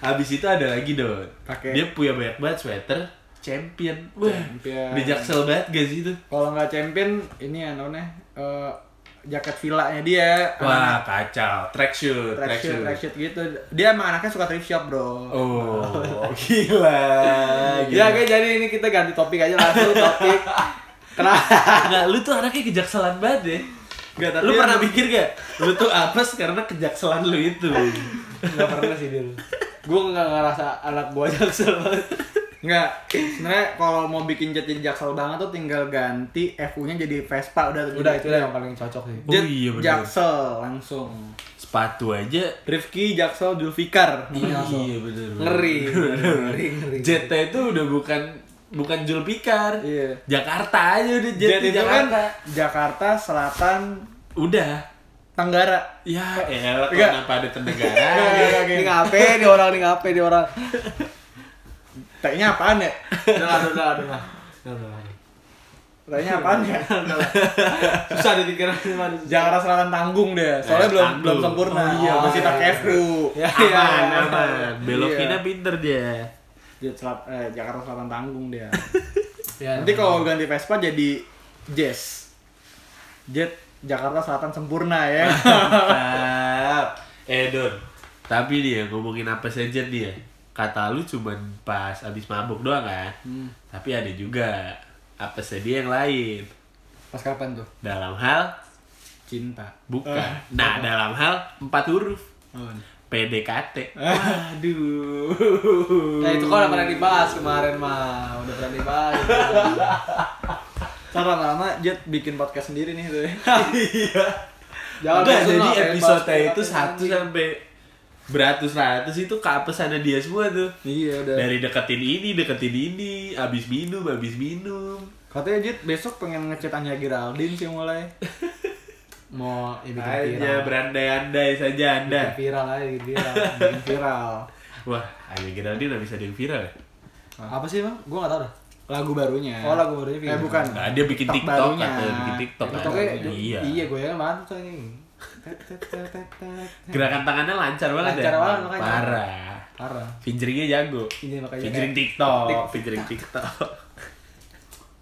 Speaker 3: Habis itu ada lagi Don.
Speaker 2: Pakai.
Speaker 3: Dia punya banyak banget sweater champion. Wah,
Speaker 2: Champion.
Speaker 3: dia jaksel banget gak sih itu?
Speaker 2: Kalau nggak champion ini ya namanya eh, jaket villanya dia.
Speaker 3: Wah, kacau. Tracksuit,
Speaker 2: tracksuit,
Speaker 3: tracksuit.
Speaker 2: tracksuit gitu. Dia sama anaknya suka thrift shop, Bro. [LAUGHS]
Speaker 3: Oh, gila. gila.
Speaker 2: Iya,
Speaker 1: Ya, oke,
Speaker 2: gitu.
Speaker 1: jadi ini kita ganti topik aja langsung topik. Kenapa?
Speaker 3: Enggak, lu tuh anaknya kejakselan banget deh.
Speaker 2: Nggak, tapi
Speaker 3: lu
Speaker 2: yang-
Speaker 3: pernah mikir gak? Lu tuh apes karena kejakselan lu itu.
Speaker 1: Gak pernah sih dulu. Gue gak ngerasa anak gue jaksel banget.
Speaker 2: Nggak. Sebenarnya kalau mau bikin jet jadi jaksel banget tuh tinggal ganti FU-nya jadi Vespa udah
Speaker 1: Udah itu lah yang paling cocok sih.
Speaker 2: Jet
Speaker 3: Oh, iya, bener.
Speaker 2: jaksel langsung.
Speaker 3: Sepatu aja.
Speaker 2: Rifki Jaksel Julfikar namanya langsung.
Speaker 3: Iya bener.
Speaker 1: Ngeri, ngeri, ngeri.
Speaker 3: Jet itu udah bukan bukan Julpikar.
Speaker 2: Iya.
Speaker 3: Jakarta aja udah jet,
Speaker 2: Jet
Speaker 3: di
Speaker 2: itu kan
Speaker 3: Jakarta.
Speaker 2: Jakarta Selatan
Speaker 3: Udah.
Speaker 2: Tenggara.
Speaker 3: Ya, elah
Speaker 2: Enggak.
Speaker 3: kenapa ada
Speaker 2: Enggak,
Speaker 3: tenegara?
Speaker 2: enggak, enggak,
Speaker 1: Ini
Speaker 2: enggak.
Speaker 1: ngape nih orang, ini ngape nih orang.
Speaker 2: Teknya apaan ya?
Speaker 1: Udah lah, udah lah, udah lah. Udah lah.
Speaker 2: Teknya apaan ya?
Speaker 1: Udah lah. Susah dipikirin gimana.
Speaker 2: Jakarta Selatan tanggung deh, soalnya
Speaker 3: Eh,
Speaker 2: belum
Speaker 3: tanggung.
Speaker 2: belum sempurna.
Speaker 1: Oh, iya,
Speaker 2: masih
Speaker 1: iya,
Speaker 2: pakai
Speaker 1: iya.
Speaker 2: flu.
Speaker 1: Ya, ya.
Speaker 3: aman, aman. Belokinnya
Speaker 2: Iya.
Speaker 3: pinter dia.
Speaker 2: Dia selat, eh, Jakarta Selatan tanggung dia.
Speaker 1: Ya,
Speaker 2: Nanti kalau ganti Vespa jadi Jazz. Jet Jakarta Selatan sempurna [LAUGHS] ya.
Speaker 3: Mantap. Eh Don, tapi nih ya ngomongin apa saja nih ya. Kata lu cuman pas abis mabuk doang kan. Tapi ada juga apa saja yang lain.
Speaker 2: Pas kapan tuh?
Speaker 3: Dalam hal
Speaker 2: Cinta.
Speaker 3: bukan. nah, dalam hal empat huruf. PDKT.
Speaker 2: Aduh.
Speaker 1: Nah itu kok udah pernah dibahas kemarin mah, udah pernah dibahas.
Speaker 2: Ntar lama-lama Jet bikin podcast sendiri nih tuh. [LAUGHS]
Speaker 1: Jangan
Speaker 3: Udah,
Speaker 1: bosan
Speaker 3: jadi
Speaker 1: lah, pengen
Speaker 3: episode
Speaker 1: bahas
Speaker 3: itu
Speaker 1: PDKT,
Speaker 3: satu
Speaker 1: anjing.
Speaker 3: sampai beratus-ratus itu keapesannya dia semua tuh.
Speaker 1: Iya udah.
Speaker 3: Dari deketin ini, deketin ini, abis minum, abis minum.
Speaker 2: Katanya Jit besok pengen ngecet Anya Giraldin sih mulai. kan,
Speaker 1: Mau ya, bikin
Speaker 3: Hanya
Speaker 1: viral.
Speaker 3: berandai-andai saja
Speaker 1: Bikin
Speaker 3: anda.
Speaker 1: viral aja gitu, bikin viral.
Speaker 2: Bikin viral.
Speaker 3: Wah, Anya Geraldine nggak bisa ada yang viral ya?
Speaker 1: [LAUGHS] Apa sih bang? Gue nggak tahu dah.
Speaker 2: Lagu barunya.
Speaker 1: Oh, lagu barunya viral.
Speaker 2: Eh bukan.
Speaker 3: Nah, dia bikin TikTok,
Speaker 2: barunya.
Speaker 3: katanya. Bikin TikTok, kan?
Speaker 1: TikToknya
Speaker 3: Iya.
Speaker 1: iya. Iya gue ya mantap tuh ini. Tet, tet, tet, tet, tet.
Speaker 3: Gerakan tangannya lancar banget
Speaker 1: Lancar
Speaker 3: ya?
Speaker 1: banget, makanya.
Speaker 3: Parah.
Speaker 1: Parah.
Speaker 3: Fingeringnya jago.
Speaker 1: Ini makanya.
Speaker 3: Fingering
Speaker 1: kayak
Speaker 3: TikTok.
Speaker 1: ya? Tik-
Speaker 3: Fingering TikTok.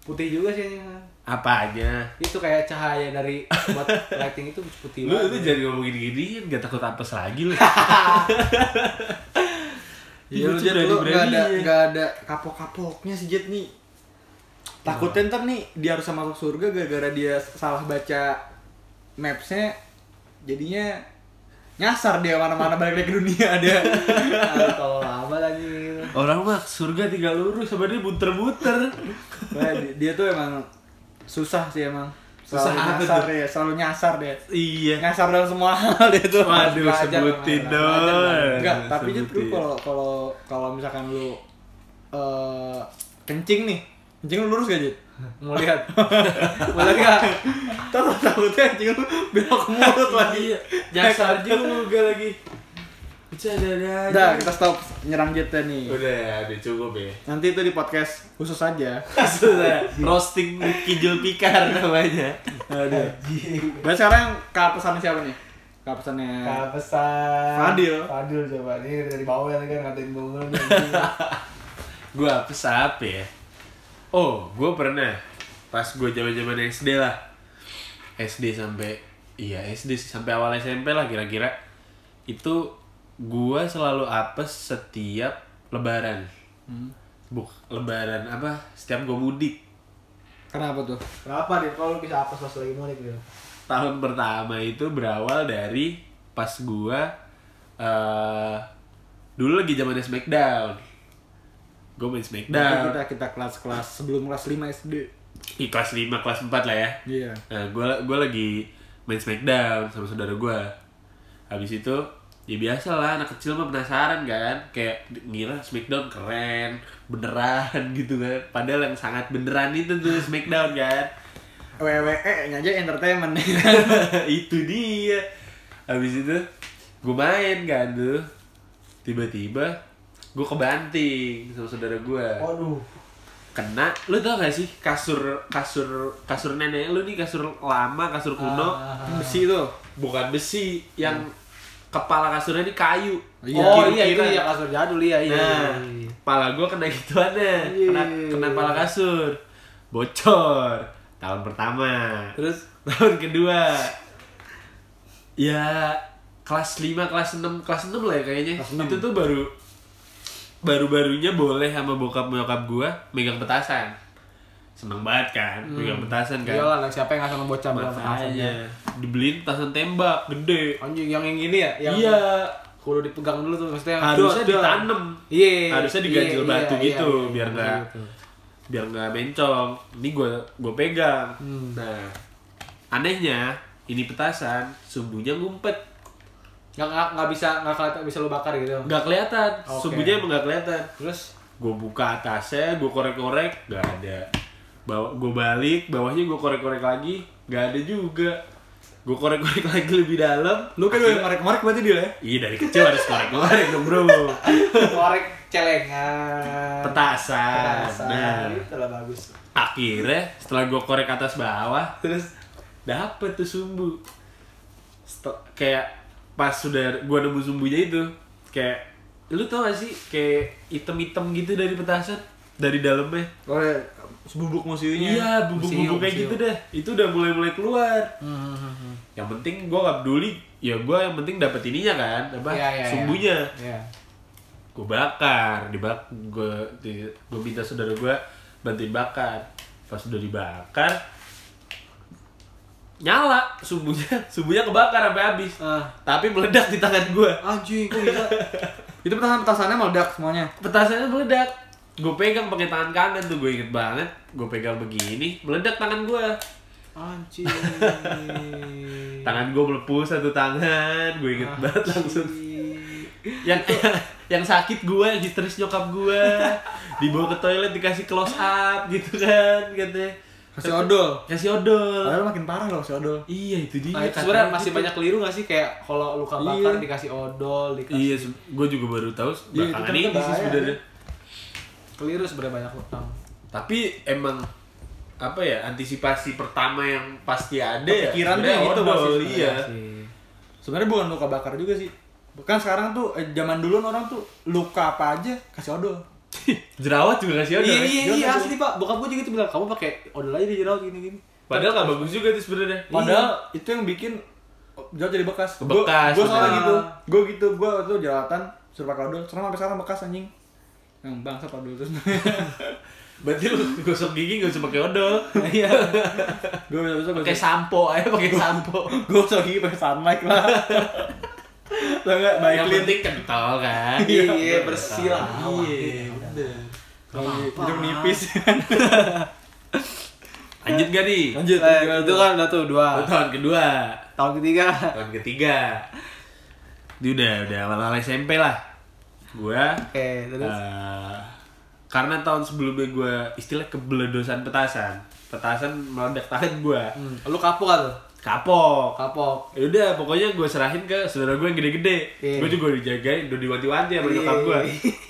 Speaker 1: Putih juga sih ini.
Speaker 3: Apanya?
Speaker 1: Itu kayak cahaya [LAUGHS] dari buat lighting itu putih
Speaker 3: Lu lu
Speaker 1: banget.
Speaker 3: jangan ngomongin giniin, gak takut apes lagi lu.
Speaker 2: Iya lu
Speaker 3: Lucu
Speaker 2: Jit lu
Speaker 3: berani-berani
Speaker 2: nggak ada
Speaker 3: ya.
Speaker 2: nggak ada kapok-kapoknya sih Jit nih. Takutnya ntar nih dia harus masuk surga gara-gara dia salah baca mapsnya jadinya nyasar dia mana-mana balik lagi ke dunia dia.
Speaker 1: Kalau lama lagi gitu.
Speaker 3: Orang mah surga tinggal lurus sebenarnya muter-muter.
Speaker 2: Wah, di- dia tuh emang susah sih emang. Selalu
Speaker 3: Susah apa
Speaker 2: nyasar
Speaker 3: tuh?
Speaker 2: ya, selalu nyasar dia.
Speaker 3: iya.
Speaker 2: Nyasar dalam semua hal dia tuh.
Speaker 3: Waduh,
Speaker 1: Belajar,
Speaker 3: sebutin
Speaker 1: belajar,
Speaker 3: dong.
Speaker 2: Enggak, tapi Jit lu
Speaker 3: Sebutin.
Speaker 2: kalau kalau kalau misalkan lu eh kencing nih, kencing lu lurus gak Jit?
Speaker 1: Mau
Speaker 3: [LAUGHS]
Speaker 1: lihat. Mau lihat nggak?
Speaker 2: Tahu takutnya anjing lu belok ke mulut lagi.
Speaker 3: Iya, nyasar juga lagi. Bercanda aja.
Speaker 2: Udah, kita stop nyerang Jeta nih.
Speaker 3: Udah ya, udah cukup ya.
Speaker 2: Nanti itu di podcast khusus aja.
Speaker 3: Sudah, roasting kijul pikar namanya.
Speaker 2: Aduh. Dan sekarang ke pesannya siapa nih? Ke pesannya
Speaker 1: Nah, pesan.
Speaker 2: Fadil.
Speaker 1: Fadil coba. Ini dari bawah ya kan ngatain mulu nih.
Speaker 3: [LAUGHS]
Speaker 1: [LAUGHS]
Speaker 3: Gua apes apa ya? Oh, gua pernah pas gua zaman-zaman SD lah. SD sampai iya SD sih, sampai awal SMP lah kira-kira. Itu gua selalu apes setiap lebaran. Hmm. Buk, lebaran apa? Setiap gua mudik.
Speaker 2: Kenapa tuh?
Speaker 1: Kenapa nih? Kalau lu bisa apes pas lagi mulik gitu.
Speaker 3: tahun pertama itu berawal dari pas gua eh dulu lagi zamannya Smackdown. Gua main
Speaker 2: Berarti
Speaker 3: Smackdown.
Speaker 2: kita kita kelas-kelas sebelum kelas 5 SD.
Speaker 3: Ih, kelas 5, kelas 4 lah ya.
Speaker 2: Iya.
Speaker 3: Nah, gua gua lagi main Smackdown sama saudara gua. Habis itu ya biasa lah anak kecil mah penasaran kan kayak ngira Smackdown keren beneran [LAUGHS] gitu kan padahal yang sangat beneran itu tuh Smackdown kan
Speaker 2: WWE nya aja entertainment.
Speaker 3: [LAUGHS] itu dia habis itu gue main kan tuh tiba-tiba gue kebanting sama saudara gue
Speaker 1: Waduh.
Speaker 3: kena lu tau gak sih kasur kasur kasur nenek lu nih kasur lama kasur kuno
Speaker 1: Ah.
Speaker 2: Besi tuh.
Speaker 3: bukan besi yang kepala kasurnya ini kayu
Speaker 2: Iya.
Speaker 1: oh
Speaker 3: Kiri-
Speaker 1: iya itu
Speaker 3: kiri.
Speaker 1: ya kasur jadul iya iya.
Speaker 3: nah
Speaker 1: iya.
Speaker 3: kepala gue kena gituannya
Speaker 1: Iya.
Speaker 3: kena kena kepala kasur bocor tahun pertama
Speaker 1: Terus
Speaker 3: tahun kedua ya kelas 5, kelas 6, kelas 6 lah ya kayaknya itu tuh baru baru-barunya boleh sama bokap nyokap gua megang petasan seneng banget kan megang petasan kan
Speaker 1: Hmm. iyalah anak siapa yang nggak sama bocah bilang petasannya.
Speaker 3: makanya dibeliin petasan tembak gede
Speaker 1: Anjing yang yang ini ya yang
Speaker 3: iya
Speaker 1: kudu dipegang dulu tuh maksudnya
Speaker 3: harusnya
Speaker 1: dor, dor.
Speaker 3: ditanam
Speaker 1: Iya.
Speaker 3: harusnya
Speaker 1: iya,
Speaker 3: diganjel
Speaker 1: iya,
Speaker 3: batu
Speaker 1: iya,
Speaker 3: gitu
Speaker 1: iya,
Speaker 3: biar
Speaker 1: iya,
Speaker 3: nggak
Speaker 1: gitu.
Speaker 3: biar nggak bencong ini gue gue pegang
Speaker 2: Hmm.
Speaker 3: nah anehnya ini petasan sumbunya ngumpet
Speaker 1: nggak nggak nggak bisa nggak kelihatan bisa lu bakar gitu.
Speaker 3: nggak kelihatan
Speaker 1: Oke.
Speaker 3: sumbunya emang nggak kelihatan
Speaker 1: Terus
Speaker 3: gue buka atasnya gue korek-korek nggak ada bawa gue balik bawahnya gue korek-korek lagi nggak ada juga gue korek-korek [LAUGHS] lagi lebih dalam
Speaker 2: Lu kan udah marek-marek berarti dia ya?
Speaker 3: iya dari kecil harus korek-korek dong
Speaker 2: [LAUGHS]
Speaker 3: bro
Speaker 1: korek celengan.
Speaker 3: petasan
Speaker 1: Petasan.
Speaker 3: nah
Speaker 1: Gitu lah bagus.
Speaker 3: akhirnya setelah gue korek atas bawah terus dapet tuh sumbu Setel- kayak pas sudah gue nemu sumbunya itu kayak lu tau gak sih kayak item-item gitu dari petasan dari dalamnya
Speaker 2: Oh, ya, sebubuk musuhnya.
Speaker 3: iya bubuk-bubuk
Speaker 1: museum,
Speaker 3: kayak
Speaker 1: museum. Hmm,
Speaker 3: gitu deh itu udah mulai-mulai keluar yang penting gue gak peduli ya gue yang penting dapet ininya kan apa
Speaker 1: Iya, iya, iya.
Speaker 3: sumbunya
Speaker 1: Iya.
Speaker 3: gue bakar dibak gue gue minta saudara gue bantuin bakar pas udah dibakar nyala [LAUGHS] sumbunya sumbunya kebakar sampai habis
Speaker 1: Ah.
Speaker 3: tapi meledak di tangan gue
Speaker 2: Anjing, kok [LAUGHS] bisa? itu petasan-petasannya meledak semuanya.
Speaker 3: petasannya meledak gue pegang pakai tangan kanan tuh gue inget banget gue pegang begini meledak tangan gue
Speaker 1: Anjing.
Speaker 3: tangan gue melepuh satu tangan gue inget banget langsung Ah, yang [LAUGHS] yang sakit gua histeris nyokap gua dibawa ke toilet dikasih close up gitu kan katanya
Speaker 1: Kasih odol.
Speaker 3: kasih odol
Speaker 2: Padahal makin parah loh si Odol.
Speaker 3: iya itu dia
Speaker 1: Nah, itu
Speaker 3: katanya
Speaker 1: sebenarnya masih
Speaker 3: gitu.
Speaker 1: banyak keliru gak sih kayak kalau luka bakar
Speaker 2: Iya.
Speaker 1: dikasih odol, dikasih
Speaker 3: iya gue juga baru tahu
Speaker 2: Iya, itu
Speaker 3: belakangan
Speaker 2: kan
Speaker 3: ini sih
Speaker 2: bahaya.
Speaker 3: sebenarnya Iya.
Speaker 1: keliru sebenarnya banyak utang.
Speaker 3: tapi emang apa ya antisipasi pertama yang pasti ada ya
Speaker 2: Kepikiran tuh
Speaker 3: sebenarnya
Speaker 2: yang itu
Speaker 3: odol,
Speaker 2: pasti
Speaker 3: iya [LAUGHS]
Speaker 2: Sebenarnya bukan luka bakar juga sih. Bukan sekarang tuh eh, zaman dulu orang tuh luka apa aja kasih odol.
Speaker 3: jerawat juga kasih odol
Speaker 1: Iya
Speaker 3: ya.
Speaker 1: iya iya
Speaker 3: Jerawat.
Speaker 1: asli pak, bokap gue juga gitu bilang kamu pakai odol aja di Iya, jerawat gini gini.
Speaker 3: padahal nggak bagus juga tuh sebenarnya
Speaker 2: Iya. Padahal itu yang bikin oh, jauh jadi bekas.
Speaker 3: Bekas,
Speaker 2: Gue soalnya
Speaker 1: bener.
Speaker 2: gitu. Gue gitu. Gue waktu itu jerawatan suruh pakai odol. Sekarang sampai sekarang bekas anjing. Yang bangsa pak [LAUGHS] dulu terus.
Speaker 3: berarti lu gosok gigi nggak usah pakai odol
Speaker 1: Iya.
Speaker 2: Gue bisa bisa
Speaker 3: pakai sampo aja pakai sampo
Speaker 2: Gue gigi pakai sunlight lah. Tuh enggak baik
Speaker 3: yang
Speaker 2: lin.
Speaker 3: penting kental kan
Speaker 1: Iya bersih lah.
Speaker 3: iya udah.
Speaker 2: Kalau hidung nipis.
Speaker 3: lanjut gak nih
Speaker 2: Lanjut.
Speaker 1: Eh, itu kan udah tuh dua.
Speaker 3: Lu tahun kedua
Speaker 1: Tahun ketiga.
Speaker 3: tahun ketiga dia udah udah awal SMP lah gua
Speaker 1: Oke terus.
Speaker 3: eh, karena tahun sebelumnya gua istilah kebeledosan petasan petasan meledak tangan gua
Speaker 1: Hmm, Lu kapok kan tuh?
Speaker 3: kapok
Speaker 1: Kapok.
Speaker 3: Ya udah pokoknya gue serahin ke saudara gue yang gede-gede
Speaker 1: Iya.
Speaker 3: gue juga dijagain udah diwanti-wanti sama
Speaker 1: Iya.
Speaker 3: nyokap gue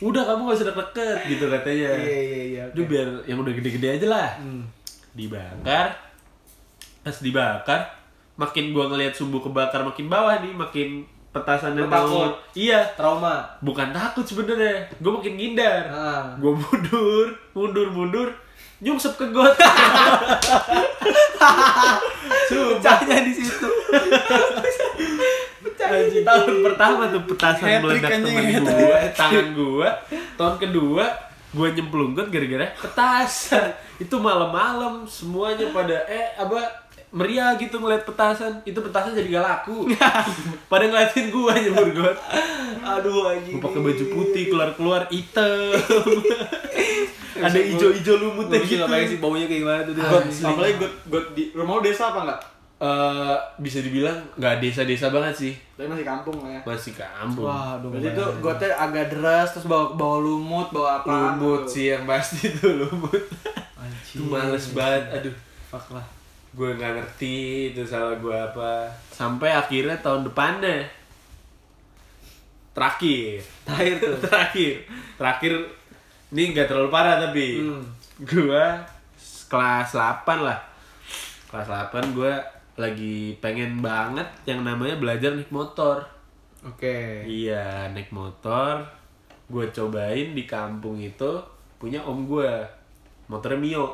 Speaker 3: udah kamu gak usah deket gitu katanya
Speaker 1: Iya iya iya. oke.
Speaker 3: Udah biar yang udah gede-gede aja lah
Speaker 1: Hmm.
Speaker 3: dibakar pas dibakar makin gua ngelihat sumbu kebakar makin bawah nih makin petasan yang
Speaker 1: Lu takut?
Speaker 3: mau iya
Speaker 1: Trauma.
Speaker 3: bukan takut sebenarnya gue makin ngindar
Speaker 1: Ah.
Speaker 3: gue mundur mundur mundur nyungsep ke [LAUGHS] got
Speaker 1: Pecahnya di situ.
Speaker 3: tahun pertama tuh petasan
Speaker 2: Hat-trick
Speaker 3: meledak
Speaker 2: anjing,
Speaker 3: temen
Speaker 2: hat-trick.
Speaker 3: gue tangan gue tahun kedua gue nyemplungkan gara-gara petasan itu malam-malam semuanya pada eh apa meriah gitu ngeliat petasan itu petasan jadi gak
Speaker 2: [LAUGHS]
Speaker 3: laku pada ngeliatin gue nyebur gue
Speaker 1: Aduh anjing.
Speaker 3: gue pakai baju putih keluar-keluar
Speaker 2: [LAUGHS]
Speaker 3: hitam ada ijo-ijo lumutnya
Speaker 1: Gue
Speaker 3: gitu
Speaker 1: nggak bayangin sih baunya kayak gimana tuh dia.
Speaker 2: Got, apalagi got, got di rumah lu desa apa enggak?
Speaker 3: Eh, bisa dibilang nggak desa-desa banget sih
Speaker 2: Tapi masih kampung lah ya.
Speaker 3: masih kampung
Speaker 1: Wah, aduh.
Speaker 2: Berarti tuh gotnya agak deras terus bawa bawa lumut, bawa apa?
Speaker 3: lumut sih yang pasti [LAUGHS] tuh lumut
Speaker 1: Anjing.
Speaker 3: itu males banget aduh
Speaker 1: Fuck lah.
Speaker 3: gue nggak ngerti itu salah gue apa sampai akhirnya tahun depannya terakhir
Speaker 1: Terakhir tuh.
Speaker 3: [LAUGHS] terakhir terakhir ini nggak terlalu parah tapi
Speaker 1: Hmm.
Speaker 3: gua kelas 8 lah kelas 8 gua lagi pengen banget yang namanya belajar naik motor
Speaker 1: Oke.
Speaker 3: Iya, naik motor. Gue cobain di kampung itu punya om gue. Motornya Mio.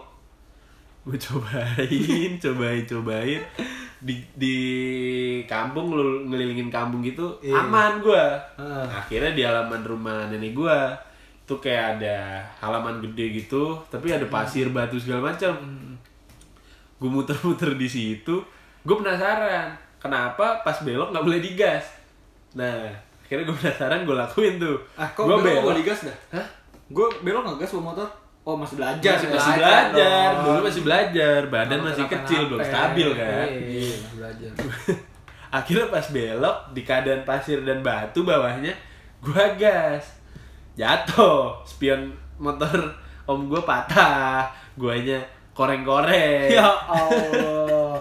Speaker 3: Gue cobain,
Speaker 1: [LAUGHS]
Speaker 3: cobain, cobain. Di, di kampung lu ngelilingin kampung gitu
Speaker 1: Iya.
Speaker 3: aman gue.
Speaker 1: Ah.
Speaker 3: Akhirnya di halaman rumah nenek gue itu kayak ada halaman gede gitu, tapi
Speaker 2: Hmm.
Speaker 3: ada pasir, batu segala macam gue muter-muter di situ gue penasaran kenapa pas belok nggak boleh digas nah akhirnya gue penasaran gue lakuin tuh
Speaker 2: Ah, kok
Speaker 3: gue belok
Speaker 2: belok gak digas dah?
Speaker 3: Hah?
Speaker 2: Gue belok nggak gas bawa motor? Oh masih belajar.
Speaker 3: masih,
Speaker 1: Belajar
Speaker 3: masih belajar
Speaker 1: dong.
Speaker 3: dulu masih belajar badan
Speaker 1: Kalau
Speaker 3: masih
Speaker 1: kenapa-napa.
Speaker 3: kecil belum stabil kan
Speaker 1: Iya, belajar.
Speaker 3: [LAUGHS] akhirnya pas belok di keadaan pasir dan batu bawahnya gue gas jatuh spion motor om gue patah guanya koreng-koreng
Speaker 1: Ya Allah.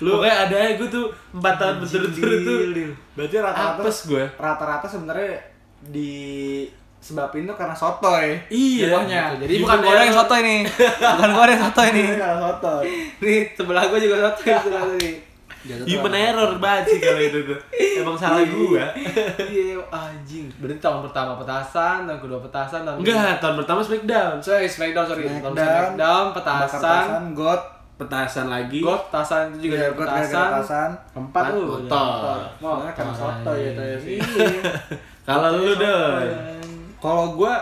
Speaker 2: [LAUGHS]
Speaker 3: lu kayak ada aja gue tuh empat tahun berturut-turut tuh
Speaker 1: Lil.
Speaker 2: Berarti rata-rata
Speaker 3: apes gue
Speaker 2: rata-rata sebenarnya di sebabin tuh karena sotoy.
Speaker 3: Iya.
Speaker 2: Jatuhnya.
Speaker 1: gitu. Jadi bukan
Speaker 3: ya?
Speaker 1: goreng soto ini. [LAUGHS] Bukan goreng soto ini.
Speaker 2: Ini karena sotoy.
Speaker 1: Nih, sebelah gua juga soto di sebelah gua nih.
Speaker 3: Human error banget sih kalau itu
Speaker 1: [LAUGHS]
Speaker 3: tuh. Emang salah gua.
Speaker 1: Iya, anjing. Berarti tahun pertama petasan, tahun kedua petasan, tahun
Speaker 3: Enggak, tahun pertama smackdown.
Speaker 1: Sorry, Smackdown, sorry. Tahun
Speaker 2: Smackdown,
Speaker 1: Smackdown,
Speaker 2: Bakar
Speaker 1: petasan,
Speaker 2: tasan, got,
Speaker 3: Petasan lagi.
Speaker 1: got, tasan itu juga
Speaker 2: juga
Speaker 1: dari
Speaker 2: got
Speaker 1: petasan.
Speaker 2: tasan.
Speaker 1: Empat
Speaker 3: Empat
Speaker 1: tuh.
Speaker 3: motor.
Speaker 2: Mau karena sotoy ya tadi sih.
Speaker 3: Kalau lu dong.
Speaker 2: Kalau gue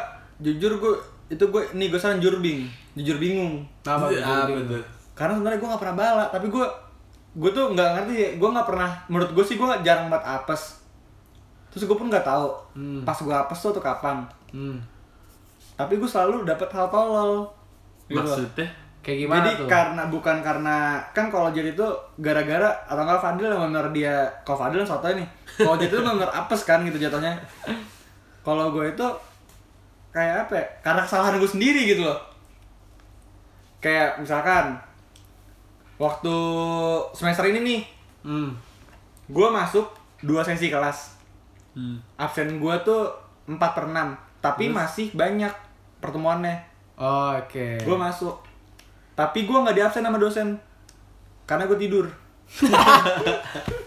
Speaker 2: jujur gue itu gue nih gue sekarang jurbing, jujur bingung.
Speaker 1: Apa tuh?
Speaker 3: Apa tuh?
Speaker 2: karena sebenarnya gue nggak pernah balap tapi gue gue tuh nggak ngerti ya gue nggak pernah menurut gue sih gue jarang banget apes terus gue pun nggak tahu
Speaker 1: Hmm.
Speaker 2: pas gue apes tuh atau kapan
Speaker 1: Hmm.
Speaker 2: tapi gue selalu dapat hal tolol Gitu loh.
Speaker 3: Maksudnya
Speaker 1: Kayak gimana
Speaker 2: jadi
Speaker 1: tuh?
Speaker 2: karena bukan karena kan kalau jadi itu gara-gara atau enggak Fadil yang bener dia kalau Fadil yang sotoy nih kalau jadi itu bener apes kan gitu jatuhnya kalau gue itu kayak apa ya? karena kesalahan gue sendiri gitu loh kayak misalkan waktu semester ini nih
Speaker 1: Hmm.
Speaker 2: gue masuk dua sesi kelas
Speaker 1: Hmm.
Speaker 2: absen gue tuh 4 per 6 tapi masih banyak pertemuannya
Speaker 1: Oh, Oke.
Speaker 2: gue masuk tapi gue nggak di absen sama dosen karena gue tidur